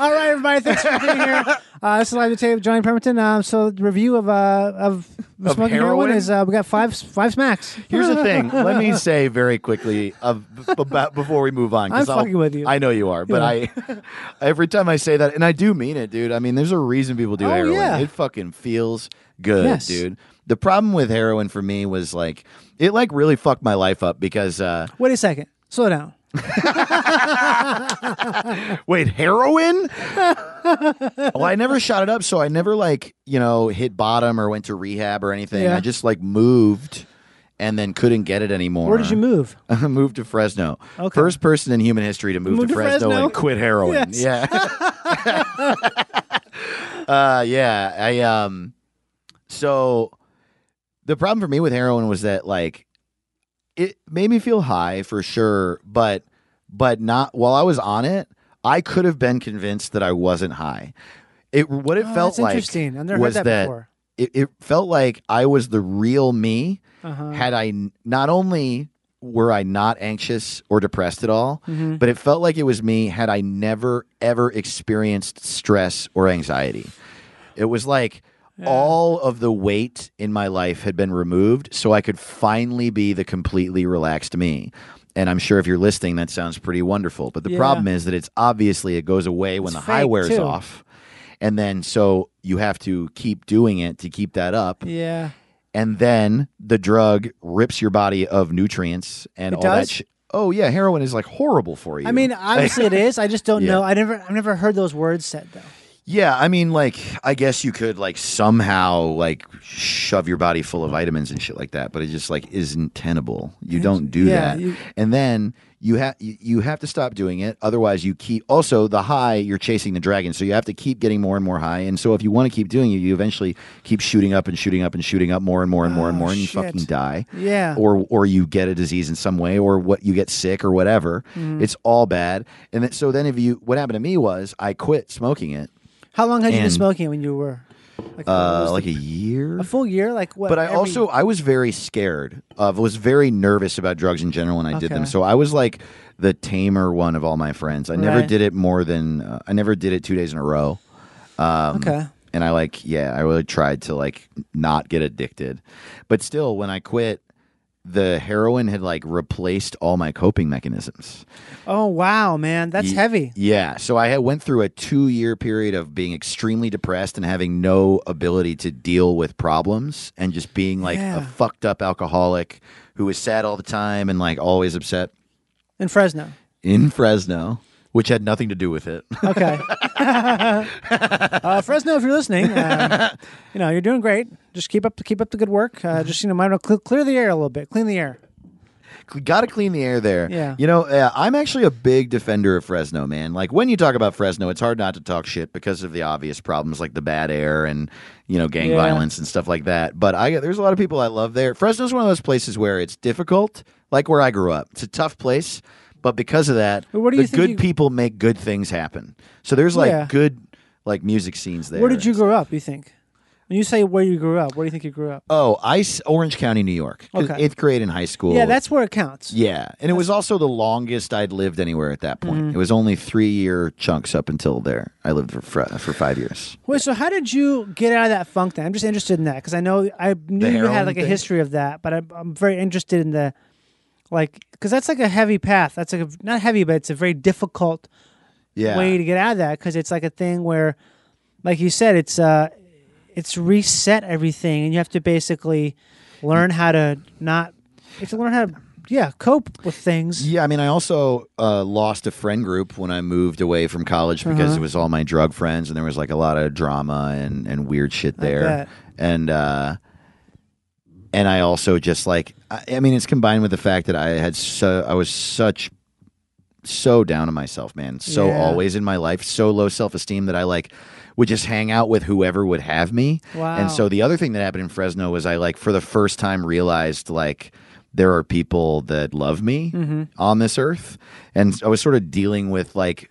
S4: All right, everybody, thanks for being here. Uh, this is live to tape, Johnny Pemberton. Um, so the review of uh of,
S5: Of
S4: smoking heroin,
S5: heroin?
S4: is uh, we got five five smacks.
S5: Here's the thing. Let me say very quickly of, about before we move on. 'cause
S4: I'm
S5: I'll-
S4: fucking with you.
S5: I know you are, but I every time I say that, and I do mean it, dude. I mean, there's a reason people do
S4: Oh,
S5: heroin.
S4: yeah.
S5: It fucking feels good,
S4: Yes.
S5: dude. The problem with heroin for me was like it like really fucked my life up because uh
S4: Wait a second, slow down.
S5: wait, heroin? well, I never shot it up, so I never like, you know, hit bottom or went to rehab or anything.
S4: Yeah.
S5: I just like moved and then couldn't get it anymore.
S4: Where did you move?
S5: I moved to Fresno.
S4: Okay.
S5: First person in human history to move
S4: Moved
S5: to,
S4: to
S5: Fresno,
S4: Fresno?
S5: and quit heroin.
S4: Yes.
S5: Yeah. uh, yeah. I um. So the problem for me with heroin was that like it made me feel high for sure, but but not while I was on it. I could have been convinced that I wasn't high. It what it
S4: Oh,
S5: felt
S4: that's
S5: like
S4: interesting. I've never
S5: was
S4: heard that,
S5: that
S4: before.
S5: it, it felt like I was the real me
S4: Uh-huh.
S5: had I n- not only were I not anxious or depressed at all,
S4: Mm-hmm.
S5: but it felt like it was me had I never ever experienced stress or anxiety. It was like all of the weight in my life had been removed so I could finally be the completely relaxed me. And I'm sure if you're listening, that sounds pretty wonderful. But the
S4: Yeah.
S5: problem is that it's obviously it goes away when
S4: It's
S5: the high
S4: fake,
S5: wears
S4: too.
S5: off. And then so you have to keep doing it to keep that up
S4: Yeah.
S5: and then the drug rips your body of nutrients and
S4: It
S5: all that.
S4: does?
S5: Sh- oh yeah, heroin is like horrible for you.
S4: I mean, obviously it is. I just don't
S5: Yeah.
S4: know. I never, I've never heard those words said though.
S5: yeah, I mean, like I guess you could like somehow like shove your body full of vitamins and shit like that, but it just like isn't tenable. You don't do
S4: Yeah,
S5: that,
S4: you-
S5: and then you have you you have to stop doing it. Otherwise, you keep also the high. You're chasing the dragon, so you have to keep getting more and more high. And so, if you want to keep doing it, you eventually keep shooting up and shooting up and shooting up more and more and more and
S4: Oh,
S5: more, and you
S4: shit.
S5: fucking die.
S4: Yeah.
S5: or or you get a disease in some way or what you get sick or whatever
S4: Mm-hmm.
S5: it's all bad and then, so then if you what happened to me was i quit smoking it
S4: How long had you been
S5: And-
S4: smoking when you were? Like, what
S5: uh,
S4: was
S5: like
S4: the-
S5: a year.
S4: a full year, like what?
S5: but I
S4: every-
S5: also I was very scared of was very nervous about drugs in general when I did them.
S4: Okay.
S5: So I was like the tamer one of all my friends. I never
S4: Right.
S5: did it more than uh, I never did it two days in a row. Um,
S4: Okay.
S5: And I like yeah, I really tried to like not get addicted, but still when I quit. The heroin had like replaced all my coping mechanisms.
S4: Oh wow, man, that's
S5: Ye-
S4: heavy.
S5: Yeah, so I had went through a two year period of being extremely depressed and having no ability to deal with problems, and just being like a
S4: Yeah.
S5: fucked up alcoholic who was sad all the time and like always upset
S4: In Fresno.
S5: in Fresno, which had nothing to do with it.
S4: Okay. uh, Fresno, if you're listening, um, you know you're doing great. Just keep up, keep up the good work. Uh, just you know, mind cl- clear the air a little bit, clean the air.
S5: Got to clean the air there.
S4: Yeah.
S5: you know, uh, I'm actually a big defender of Fresno, man. Like when you talk about Fresno, it's hard not to talk shit because of the obvious problems like the bad air and you know gang
S4: Yeah.
S5: violence and stuff like that. But I there's a lot of people I love there. Fresno's one of those places where it's difficult, like where I grew up. It's a tough place, but because of that,
S4: But what do you
S5: the
S4: think
S5: good
S4: you-
S5: people make good things happen. So there's like
S4: Yeah.
S5: good like music scenes there.
S4: Where did you grow up? You think? When you say where you grew up, where do you think you grew up?
S5: Oh, Ice Orange County, New York. 'Cause
S4: Okay.
S5: Eighth grade in high school.
S4: Yeah, that's where it counts.
S5: Yeah, and it was also the longest I'd lived anywhere at that point. It was only three year chunks up until there. I lived for fr- for five years.
S4: Wait, so how did you get out of that funk? Then I'm just interested in that because I know I knew you
S5: heroin
S4: had like a
S5: thing?
S4: history of that, but I'm, I'm very interested in the like because that's like a heavy path. That's like a, not heavy, but it's a very difficult
S5: Yeah,
S4: way to get out of that because it's like a thing where, like you said, it's uh, it's reset everything, and you have to basically learn how to not. You have to learn how to yeah cope with things.
S5: yeah. I mean, I also uh, lost a friend group when I moved away from college
S4: Uh-huh.
S5: because it was all my drug friends, and there was like a lot of drama and and weird shit there.
S4: bet.
S5: And uh, and I also just like I, I mean, it's combined with the fact that I had so I was such so down on myself, man. So
S4: Yeah.
S5: always in my life, so low self esteem that I like would just hang out with whoever would have me.
S4: Wow.
S5: And so the other thing that happened in Fresno was I like for the first time realized like there are people that love me
S4: Mm-hmm.
S5: on this earth. And I was sort of dealing with like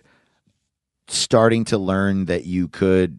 S5: starting to learn that you could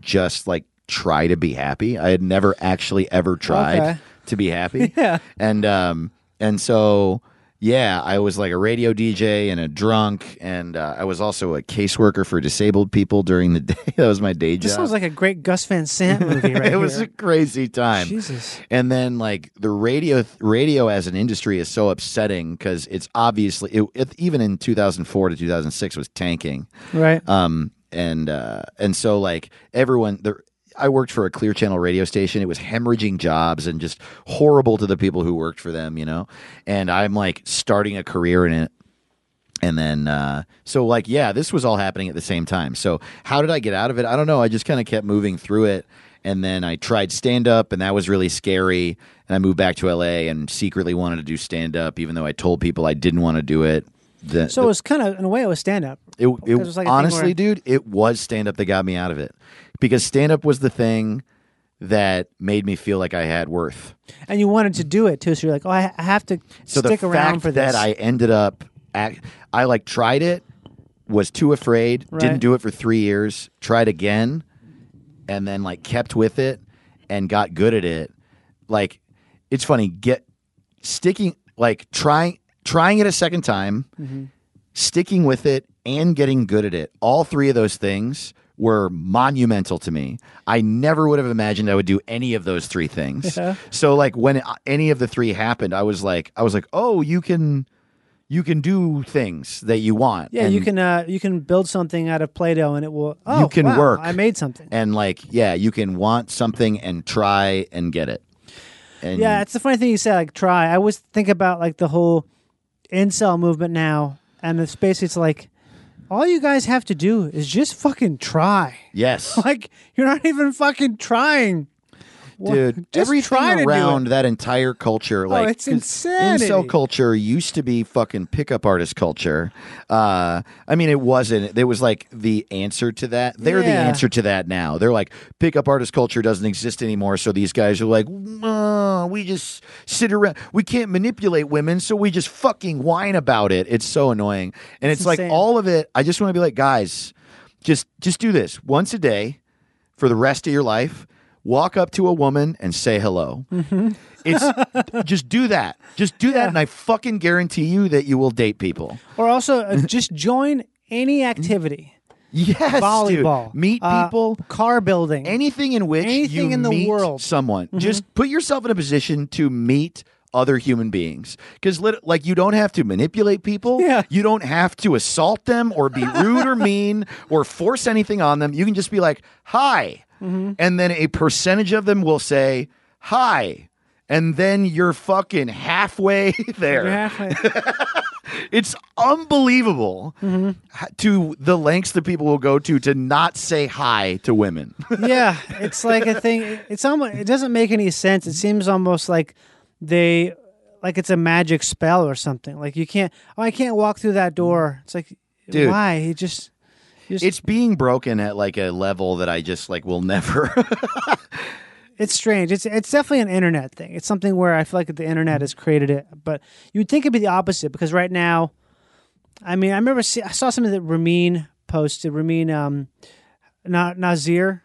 S5: just like try to be happy. I had never actually ever tried
S4: Okay.
S5: to be happy.
S4: Yeah.
S5: And um and so yeah, I was like a radio DJ and a drunk, and uh, I was also a caseworker for disabled people during the day. that was my day
S4: This
S5: job.
S4: sounds like a great Gus Van Sant movie, right?
S5: it was
S4: here.
S5: a crazy time.
S4: Jesus.
S5: And then like the radio radio as an industry is so upsetting because it's obviously it, it, even in 2004 to 2006 was tanking.
S4: Right.
S5: Um, and uh, and so like everyone, the, I worked for a Clear Channel radio station. It was hemorrhaging jobs and just horrible to the people who worked for them, you know. And I'm like starting a career in it. And then, uh, so like, yeah, this was all happening at the same time. So, how did I get out of it? I don't know. I just kind of kept moving through it. And then I tried stand up, and that was really scary. And I moved back to LA and secretly wanted to do stand up, even though I told people I didn't want to do it. The-
S4: so it was kind of in a way it was stand up.
S5: it, it,
S4: was like a thing
S5: honestly,
S4: where-
S5: dude, it was stand up that got me out of it because stand up was the thing that made me feel like I had worth.
S4: And you wanted to do it too, so you're like, oh, I I have to
S5: So
S4: stick
S5: the
S4: around
S5: fact
S4: for
S5: that
S4: this.
S5: I ended up, act, I like tried it, was too afraid, didn't
S4: Right.
S5: do it for three years, tried again, and then like kept with it and got good at it. Like, it's funny, get sticking, like trying, trying it a second time,
S4: Mm-hmm.
S5: sticking with it and getting good at it. All three of those things were monumental to me. I never would have imagined I would do any of those three things.
S4: Yeah.
S5: So like when any of the three happened, I was like I was like, "Oh, you can you can do things that you want."
S4: yeah,
S5: And-
S4: you can uh, you can build something out of Play-Doh, and it will. Oh,
S5: You can
S4: wow,
S5: work.
S4: I made something.
S5: and like, yeah, you can want something and try and get it. And
S4: Yeah, it's the funny thing you said, like try. I always think about like the whole incel movement now, and it's basically it's like all you guys have to do is just fucking try.
S5: yes.
S4: Like you're not even fucking trying, Wha-
S5: dude.
S4: just
S5: everything
S4: try to do it. Oh,
S5: around that entire culture, like
S4: it's
S5: 'cause
S4: insanity.
S5: Incel culture used to be fucking pickup artist culture. Uh, I mean, it wasn't. It was like the answer to that. They're the
S4: Yeah.
S5: answer to that now. They're like pickup artist culture doesn't exist anymore. So these guys are like, "Uh, we just sit around. We can't manipulate women, so we just fucking whine about it. It's so annoying, and it's, like
S4: insane.
S5: all of it. I just want to be like, guys, just just do this once a day for the rest of your life. Walk up to a woman and say hello.
S4: Mm-hmm.
S5: It's just do that. Just do that, and I fucking guarantee you that you will date people.
S4: Or also uh, just join any activity.
S5: Yes, dude.
S4: Volleyball.
S5: Meet
S4: uh,
S5: people.
S4: car building.
S5: anything in which
S4: Anything
S5: you
S4: in the
S5: meet
S4: world. Mm-hmm.
S5: someone. Just put yourself in a position to meet other human beings because lit- like you don't have to manipulate people
S4: Yeah.
S5: you don't have to assault them or be rude or mean or force anything on them you can just be like hi
S4: Mm-hmm.
S5: and then a percentage of them will say hi and then you're fucking halfway there
S4: Yeah.
S5: it's unbelievable
S4: Mm-hmm.
S5: h- to the lengths that people will go to to not say hi to women
S4: yeah, it's like a thing. It's almost. It doesn't make any sense. It seems almost like they, like it's a magic spell or something. Like you can't. Oh, I can't walk through that door. It's like,
S5: Dude.
S4: why? It just. Just,
S5: it's being broken at like a level that I just like will never.
S4: it's strange. It's it's definitely an internet thing. It's something where I feel like the internet has created it, but you would think it'd be the opposite because right now, I mean, I remember see, I saw something that Ramin posted. Ramin, um, Na- Nazir.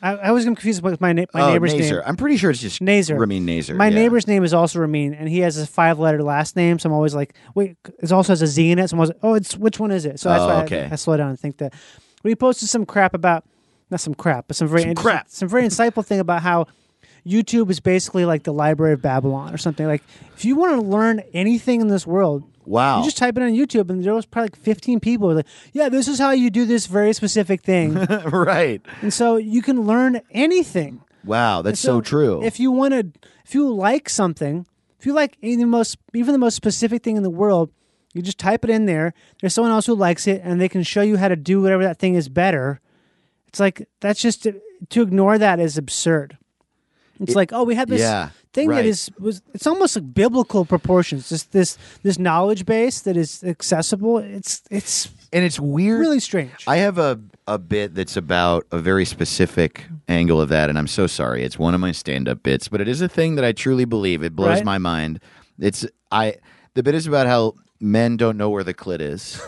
S4: I, I always get confused with my na- my
S5: Oh,
S4: neighbor's
S5: Nazer.
S4: name.
S5: I'm pretty sure it's just
S4: Nazer.
S5: Ramin Nazer.
S4: My
S5: yeah.
S4: neighbor's name is also Ramin, and he has a five letter last name. So I'm always like, wait, it also has a Z in it. So I'm always like, oh, it's which one is it? So that's
S5: Oh,
S4: why I-
S5: okay.
S4: I, slow down and think that. But he posted some crap about, not some crap, but some very
S5: Some
S4: interesting-
S5: crap.
S4: some very insightful thing about how YouTube is basically like the Library of Babylon or something. Like, if you want to learn anything in this world,
S5: Wow.
S4: you just type it on YouTube, and there was probably like 15 people who were like, yeah, this is how you do this very specific thing,
S5: right.
S4: and so you can learn anything.
S5: Wow, that's so, true.
S4: If you want to, if you like something, if you like any of the most, even the most specific thing in the world, you just type it in there. There's someone else who likes it, and they can show you how to do whatever that thing is better. It's like that's just to, to ignore that is absurd. It's like oh, we have this
S5: yeah,
S4: thing
S5: right.
S4: that is was it's almost like biblical proportions. Just this this knowledge base that is accessible. It's it's
S5: and it's weird.
S4: really strange.
S5: I have a a bit that's about a very specific angle of that, and I'm so sorry. It's one of my stand up bits, but it is a thing that I truly believe. It blows
S4: Right.
S5: my mind. It's I the bit is about how men don't know where the clit is,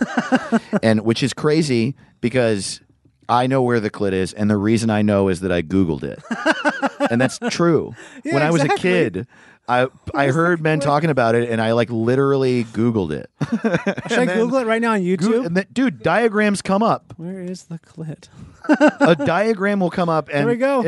S5: and which is crazy because I know where the clit is, and the reason I know is that I Googled it, and that's true. when I was a
S4: exactly.
S5: kid. I, I heard men talking about it and I like literally Googled it.
S4: Should I Google it right now on YouTube?
S5: And then- dude, diagrams come up.
S4: Where is the clit?
S5: a diagram will come up and
S4: There we go.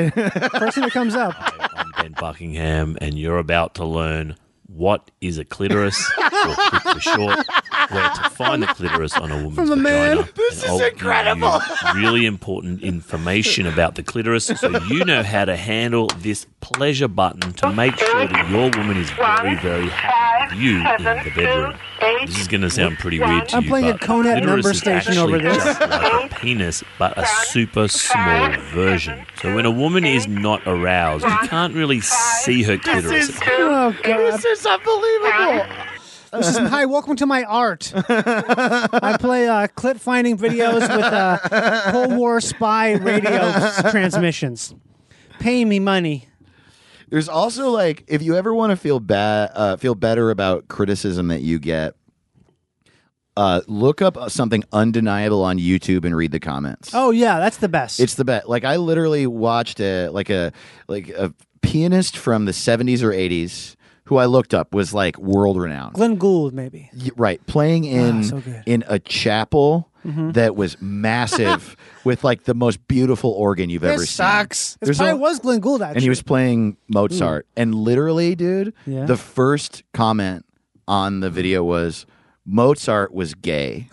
S4: First thing that comes up.
S6: I'm Ben Buckingham, and you're about to learn what is a clitoris, or clit for short, where to find the clitoris on a woman's
S4: a man.
S6: vagina. This is incredible. really important information about the clitoris, so you know how to handle this pleasure button to make sure that your woman is very, very happy with you in the bedroom. This is going to sound pretty weird to
S4: I'm
S6: you.
S4: playing a
S6: but
S4: Conan
S6: clitoris
S4: number
S6: is
S4: station over
S6: actually
S4: this.
S6: just like a penis, but a super small version. So when a woman is not aroused, you can't really see her clitoris.
S4: Oh god.
S5: This is unbelievable.
S4: This is hi. Welcome to my art. I play uh, clip finding videos with uh, Cold War spy radio s- transmissions. Pay me money.
S5: There's also like if you ever want to feel bad, uh, feel better about criticism that you get. Uh, look up something undeniable on YouTube and read the comments.
S4: Oh yeah, that's the best.
S5: It's the best. Like I literally watched a like a like a pianist from the 70s or 80s who I looked up was like world renowned.
S4: Glenn Gould maybe.
S5: Y- right playing in
S4: Ah, so good. Mm-hmm.
S5: in a chapel that was massive with like the most beautiful organ you've ever
S4: This
S5: seen.
S4: sucks. This
S5: There's
S4: probably
S5: a-
S4: was Glenn Gould actually.
S5: and he was playing Mozart. And literally, dude,
S4: Yeah.
S5: the first comment on the video was Mozart was gay.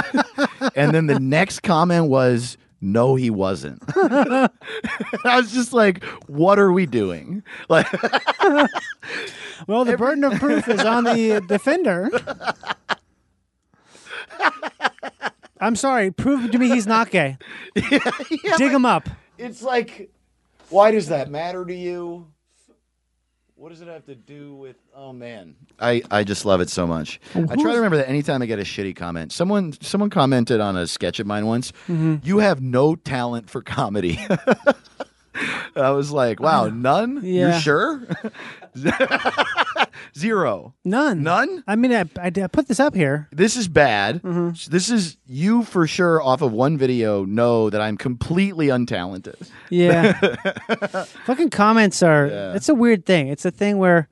S5: and then the next comment was no he wasn't. I was just like what are we doing? Like
S4: well, the burden of proof is on the uh, defender. I'm sorry. Prove to me he's not gay. Dig him up.
S5: it's like why does that matter to you? What does it have to do with oh man. I, I just love it so much. I try to remember that anytime I get a shitty comment. Someone someone commented
S4: Mm-hmm.
S5: on a sketch of mine once, you have no talent for comedy. I was like, wow, none?
S4: Yeah.
S5: You sure? Zero.
S4: None.
S5: None?
S4: I mean, I, I, I put this up here.
S5: This is bad.
S4: Mm-hmm.
S5: This is you for sure off of one video know that I'm completely untalented.
S4: Yeah. Fucking comments are.
S5: Yeah.
S4: It's a weird thing. It's a thing where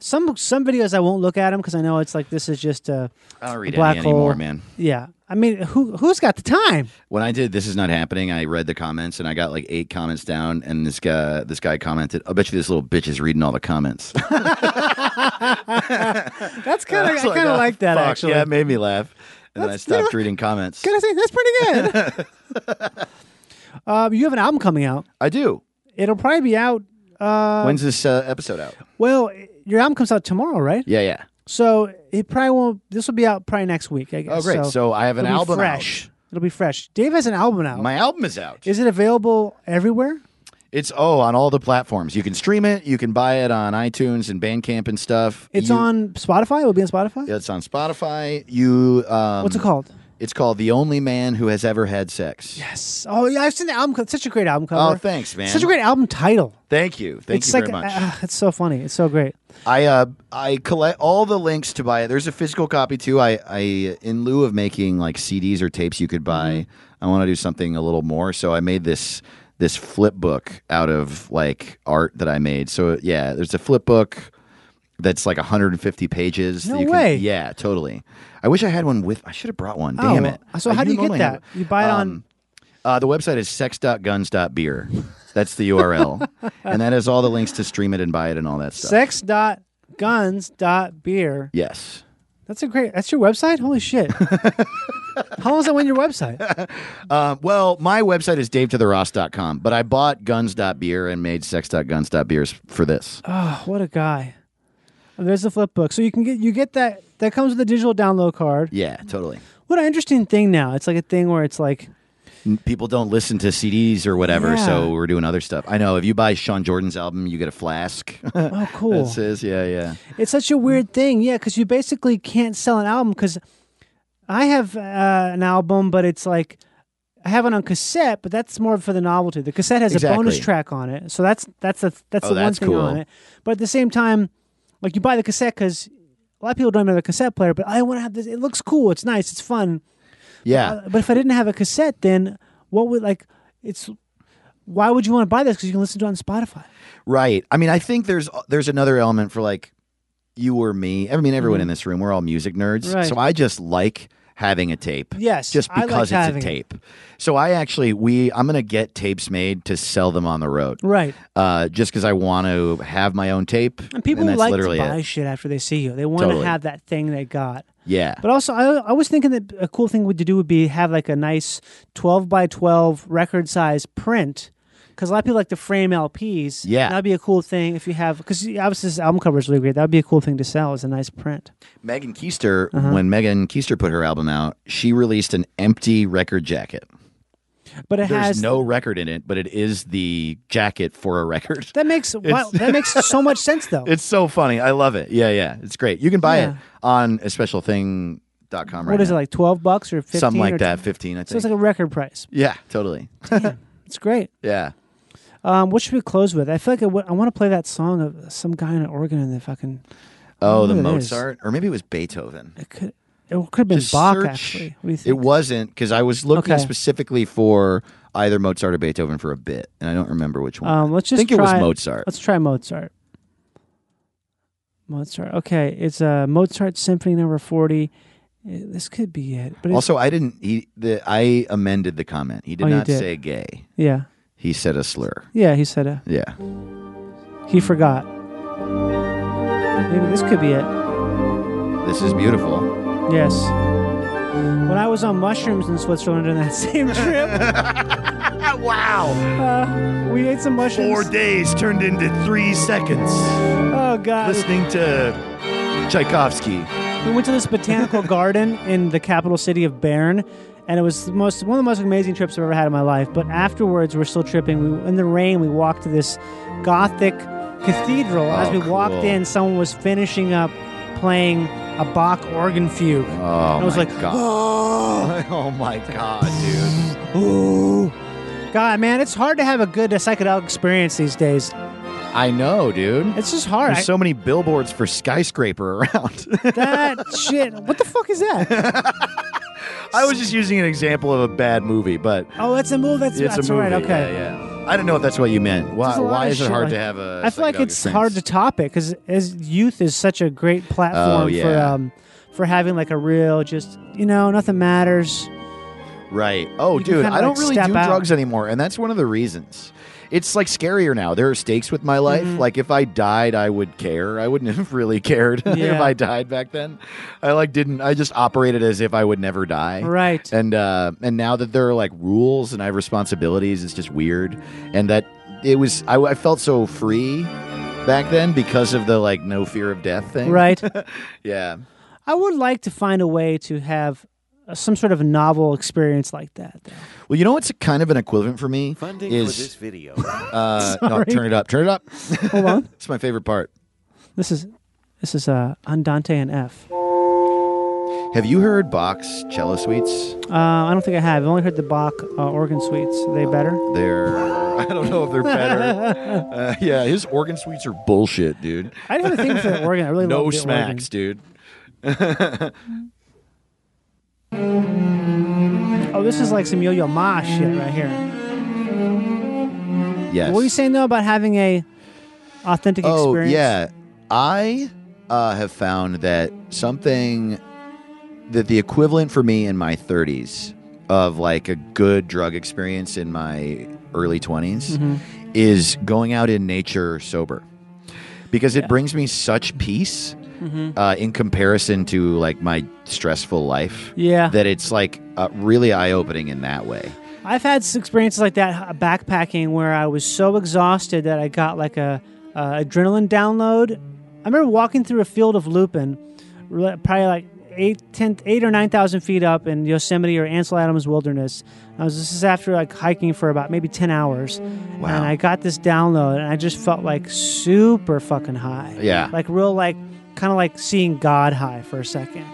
S4: some some videos I won't look at them because I know it's like this is just a.
S5: I don't read
S4: Black
S5: any anymore,
S4: hole.
S5: man.
S4: Yeah. I mean, who who's got the time?
S5: When I did this is not happening, I read the comments and I got like eight comments down and this guy this guy commented, I bet you this little bitch is reading all the comments.
S4: That's kind
S5: I
S4: of
S5: was
S4: I kind of
S5: "Ah,
S4: like that
S5: fuck."
S4: actually.
S5: Yeah, it made me laugh. And then I
S4: That's- you know-
S5: stopped reading comments.
S4: Gotta say that's pretty good. um, you have an album coming out.
S5: I do.
S4: It'll probably be out. Uh,
S5: When's this uh, episode out?
S4: well, your album comes out tomorrow, right?
S5: Yeah, yeah.
S4: So it probably won't. This will be out probably next week. I
S5: Oh,
S4: guess.
S5: great. So, I have an
S4: it'll be
S5: album
S4: fresh. It'll be fresh. Dave has an album out.
S5: out. My album is out.
S4: Is it available everywhere?
S5: It's oh on all the platforms. You can stream it. You can buy it on iTunes and Bandcamp and stuff.
S4: It's
S5: You-
S4: on Spotify. It will be on Spotify.
S5: It's on Spotify. You. Um,
S4: What's it called?
S5: It's called "The Only Man Who Has Ever Had Sex."
S4: Yes. Oh, yeah. I've seen the album. co- Such a great album
S5: Oh,
S4: cover.
S5: thanks, man.
S4: Such a great album title.
S5: Thank you. Thank
S4: it's
S5: you
S4: like,
S5: very much.
S4: ah, it's so funny. It's so great.
S5: I uh I collect all the links to buy it. There's a physical copy too. I I in lieu of making like CDs or tapes you could buy,
S4: Mm-hmm.
S5: I want to do something a little more. So I made this this flip book out of like art that I made. So yeah, there's a flip book that's like 150 pages. that
S4: No
S5: you can-
S4: way.
S5: yeah, totally. I wish I had one with. I should have brought one. Damn
S4: Oh,
S5: it.
S4: so
S5: I
S4: how do you get
S5: normally have
S4: that?
S5: it.
S4: You buy it on-
S5: Uh, the website is sex.guns.beer. That's the URL, and that has all the links to stream it and buy it and all that stuff.
S4: Sex dot guns dot beer.
S5: Yes.
S4: That's a great. That's your website. Holy shit. How long is that on your website?
S5: Uh, well, my website is davetotheross.com, but I bought guns.beer and made sex.guns.beers for this.
S4: Oh, what a guy. Oh, There's the flip book. So you can get you get that that comes with a digital download card.
S5: Yeah, totally.
S4: What an interesting thing now. It's like a thing where it's like
S5: N- People don't listen to CDs or whatever,
S4: Yeah.
S5: so we're doing other stuff. I know. If you buy Sean Jordan's album, you get a flask.
S4: Oh, cool.
S5: that says, yeah, yeah.
S4: It's such a weird thing, yeah, because you basically can't sell an album. Because I have uh, an album, but it's like I have it on cassette, but that's more for the novelty. The cassette has a bonus
S5: Exactly.
S4: track on it, so that's that's the that's
S5: Oh,
S4: the one
S5: that's
S4: thing on
S5: cool.
S4: it. But at the same time, like you buy the cassette because a lot of people don't even have a cassette player. But I want to have this. It looks cool. It's nice. It's fun.
S5: Yeah.
S4: Uh, but if I didn't have a cassette, then what would like it's. Why would you want to buy this? Because you can listen to it on Spotify.
S5: Right. I mean, I think there's there's another element for like you or me. I mean, everyone in this room, we're all music nerds.
S4: Mm-hmm. Right.
S5: So I just like having a tape.
S4: Yes,
S5: Just
S4: I like
S5: because it's
S4: having
S5: a
S4: it.
S5: tape. So I actually we I'm gonna get tapes made to sell them on the road.
S4: Right.
S5: Uh, just because I want to have my own tape.
S4: And people
S5: that's
S4: like to
S5: literally
S4: buy
S5: it.
S4: shit after they see you. They want
S5: Totally.
S4: to have that thing they got.
S5: Yeah.
S4: But also, I, I was thinking that a cool thing would to do would be have like a nice twelve by twelve record size print, because a lot of people like to frame LPs.
S5: Yeah.
S4: that'd be a cool thing if you have because obviously this album cover is really great. That'd be a cool thing to sell as a nice print.
S5: Megan Keister,
S4: Uh-huh.
S5: when Megan Keister put her album out, she released an empty record jacket.
S4: But it
S5: There's
S4: has
S5: no record in it, but it is the jacket for a record.
S4: that makes wow, that makes so much sense though.
S5: It's so funny. I love it. Yeah, yeah. It's great. You can buy
S4: Yeah.
S5: it on a special thing.com right
S4: What is it
S5: now.
S4: like twelve bucks or fifteen?
S5: Something like
S4: or
S5: that,
S4: 10?
S5: 15, I think.
S4: So it's like a record price.
S5: yeah, totally.
S4: It's great.
S5: Yeah.
S4: Um, what should we close with? I feel like I want to play that song of some guy on an organ and the fucking.
S5: Oh, the
S4: Ooh, it is.
S5: Mozart. Or maybe it was Beethoven.
S4: It could it could have been
S5: Just
S4: Bach
S5: search-
S4: actually. What do you
S5: It
S4: think?
S5: wasn't because I was looking
S4: Okay.
S5: specifically for either Mozart or Beethoven for a bit, and I don't remember which one.
S4: um, let's just
S5: I think
S4: try,
S5: it was Mozart.
S4: Let's try Mozart. Mozart. Okay, it's uh, Mozart Symphony Number Forty. Uh, This could be it. But it's,
S5: Also, I didn't. He the I amended the comment. He did
S4: Oh, you
S5: not
S4: did.
S5: say gay.
S4: yeah,
S5: He said a slur.
S4: yeah. He said uh,
S5: Yeah.
S4: he forgot. Maybe this could be it.
S5: This is beautiful.
S4: Yes. When I was on mushrooms in Switzerland on that same trip,
S5: Wow.
S4: uh, we ate some mushrooms.
S5: days turned into three seconds.
S4: Oh God!
S5: listening to Tchaikovsky.
S4: We went to this botanical garden in the capital city of Bern, and it was the most one of the most amazing trips I've ever had in my life. But afterwards, we're still tripping. We, in the rain, we walked to this gothic cathedral. As we
S5: Oh,
S4: walked
S5: cool.
S4: in, someone was finishing up playing a Bach organ fugue.
S5: Oh,
S4: I was
S5: my
S4: like,
S5: god. Oh, my god, dude.
S4: Ooh. God, man, it's hard to have a good uh, psychedelic experience these days.
S5: I know, dude.
S4: It's just hard.
S5: There's
S4: I-
S5: so many billboards for skyscraper around.
S4: that shit. What the fuck is that?
S5: I was just using an example of a bad movie, but
S4: Oh, that's a move. That's,
S5: it's
S4: that's
S5: a movie.
S4: right. Okay.
S5: Yeah, yeah. I don't know if that's what you meant. Why,
S4: There's a lot
S5: why
S4: of
S5: is it
S4: shit
S5: hard
S4: like-
S5: to have a?
S4: I feel like
S5: psychedelic
S4: it's hard to
S5: experience?
S4: top it because as youth is such a great platform
S5: Oh,
S4: for
S5: yeah.
S4: um for having like a real just you know nothing matters.
S5: Right. Oh,
S4: You can
S5: dude,
S4: kinda,
S5: I don't
S4: like,
S5: really
S4: step
S5: do
S4: out.
S5: drugs anymore, and that's one of the reasons. It's like scarier now. There are stakes with my life.
S4: Mm-hmm.
S5: Like if I died, I would care. I wouldn't have really cared if
S4: Yeah.
S5: I died back then. I like didn't. I just operated as if I would never die.
S4: Right.
S5: And uh, and now that there are like rules and I have responsibilities, it's just weird. And that it was. I, I felt so free back then because of the like no fear of death thing.
S4: Right.
S5: Yeah.
S4: I would like to find a way to have uh, some sort of novel experience like that. though.
S5: Well, you know what's kind of an equivalent for me
S7: Funding
S5: is
S7: for this video
S5: Uh, no, turn it up. Turn it up.
S4: Hold on.
S5: It's my favorite part.
S4: This is this is uh, Andante and F. Uh,
S5: Have you heard Bach's cello suites?
S4: Uh, I don't think I have. I've only heard the Bach uh, organ suites. Are they better?
S5: They're I don't know if they're better. uh, yeah, his organ suites are bullshit, dude.
S4: I didn't have a thing for the organ. I really
S5: No
S4: love the
S5: smacks, dude.
S4: Organ. Oh, this is like some Yo-Yo Ma shit right here.
S5: Yes.
S4: What were you saying though about having a authentic
S5: oh
S4: experience?
S5: yeah, I uh, have found that something that the equivalent for me in my 30s of like a good drug experience in my early 20s
S4: Mm-hmm.
S5: is going out in nature sober because it brings me such peace
S4: Mm-hmm.
S5: uh, in comparison to like my stressful life
S4: Yeah.
S5: that it's like uh, really eye-opening in that way
S4: I've had s- experiences like that h- backpacking where I was so exhausted that I got like a, a adrenaline download. I remember walking through a field of lupin, re- probably like eight, 10, eight or nine thousand feet up in Yosemite or Ansel Adams Wilderness. I was this is after like hiking for about maybe ten hours,
S5: Wow.
S4: and I got this download and I just felt like super fucking high.
S5: Yeah.
S4: like real like kind of like seeing God high for a second.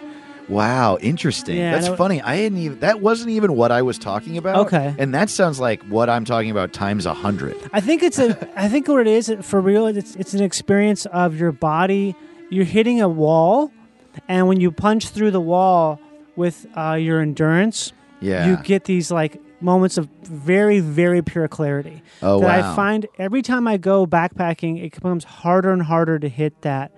S5: Wow, interesting.
S4: Yeah, I
S5: that's
S4: don't-
S5: funny. I didn't even that wasn't even what I was talking about.
S4: Okay.
S5: And that sounds like what I'm talking about times a hundred.
S4: I think it's a. I think what it is for real. It's it's an experience of your body. You're hitting a wall, and when you punch through the wall with uh, your endurance,
S5: Yeah.
S4: you get these like moments of very very pure clarity.
S5: Oh,
S4: that
S5: wow.
S4: I find every time I go backpacking, it becomes harder and harder to hit that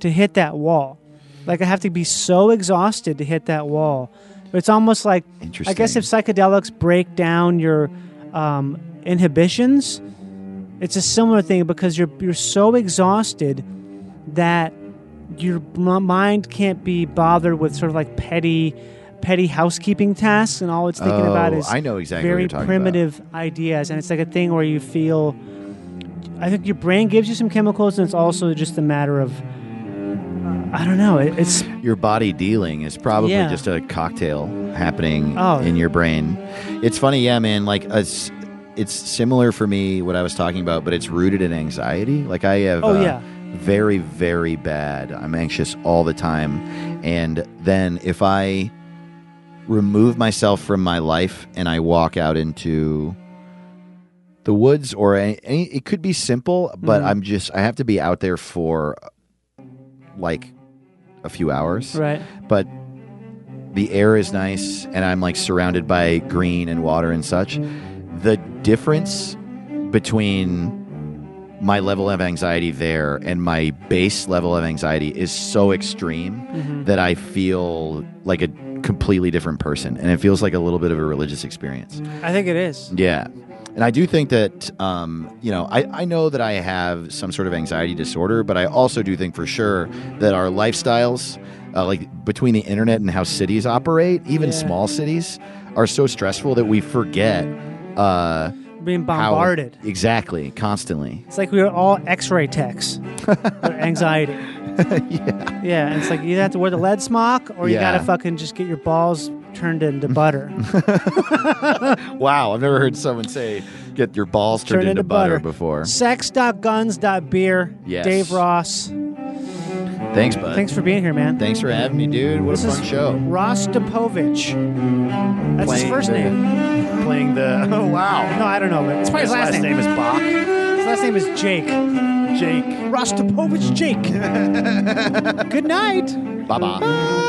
S4: to hit that wall. Like I have to be so exhausted to hit that wall. It's almost like I guess
S5: Interesting.
S4: if psychedelics break down your um, inhibitions, it's a similar thing because you're you're so exhausted that your m- mind can't be bothered with sort of like petty petty housekeeping tasks and all it's thinking about
S5: Oh,
S4: is
S5: I know exactly what
S4: very
S5: you're talking about.
S4: primitive ideas and it's like a thing where you feel I think your brain gives you some chemicals and it's also just a matter of I don't know it, it's
S5: Your body dealing is probably
S4: Yeah.
S5: just a cocktail happening
S4: Oh.
S5: in your brain. It's funny, yeah, man. Like a s it's similar for me what I was talking about, but it's rooted in anxiety. Like I have
S4: Oh,
S5: uh,
S4: yeah.
S5: very, very bad. I'm anxious all the time. And then if I remove myself from my life and I walk out into the woods or any, any it could be simple, but
S4: Mm-hmm.
S5: I'm just I have to be out there for like a few hours.
S4: right
S5: But the air is nice and I'm like surrounded by green and water and such. The difference between my level of anxiety there and my base level of anxiety is so extreme that I feel like a completely different person. And it feels like a little bit of a religious experience.
S4: I think it is
S5: Yeah. And I do think that, um, you know, I, I know that I have some sort of anxiety disorder, but I also do think for sure that our lifestyles, uh, like between the internet and how cities operate, even
S4: Yeah.
S5: small cities, are so stressful that we forget uh,
S4: being
S5: how-
S4: bombarded
S5: exactly, constantly.
S4: It's like we were all X-ray techs with anxiety. yeah. Yeah, and it's like you have to wear the lead smock, or you
S5: Yeah.
S4: gotta fucking just get your balls turned into butter.
S5: Wow, I've never heard someone say, get your balls turned
S4: Turned
S5: into,
S4: into
S5: butter,
S4: butter.
S5: before.
S4: Sex.guns.beer.
S5: Yes.
S4: Dave Ross.
S5: Thanks, bud.
S4: Thanks for being here, man.
S5: Thanks for having me, dude. What
S4: this
S5: a
S4: is
S5: fun show.
S4: Ross Dupovich. That's his
S5: Playing
S4: first
S5: the-
S4: name.
S7: playing the. Oh wow!
S4: No, I don't know, but it's probably
S7: His last name is Bach.
S4: His last name is Jake.
S7: Jake.
S4: Rostopovich Jake. Good night.
S5: Bye bye.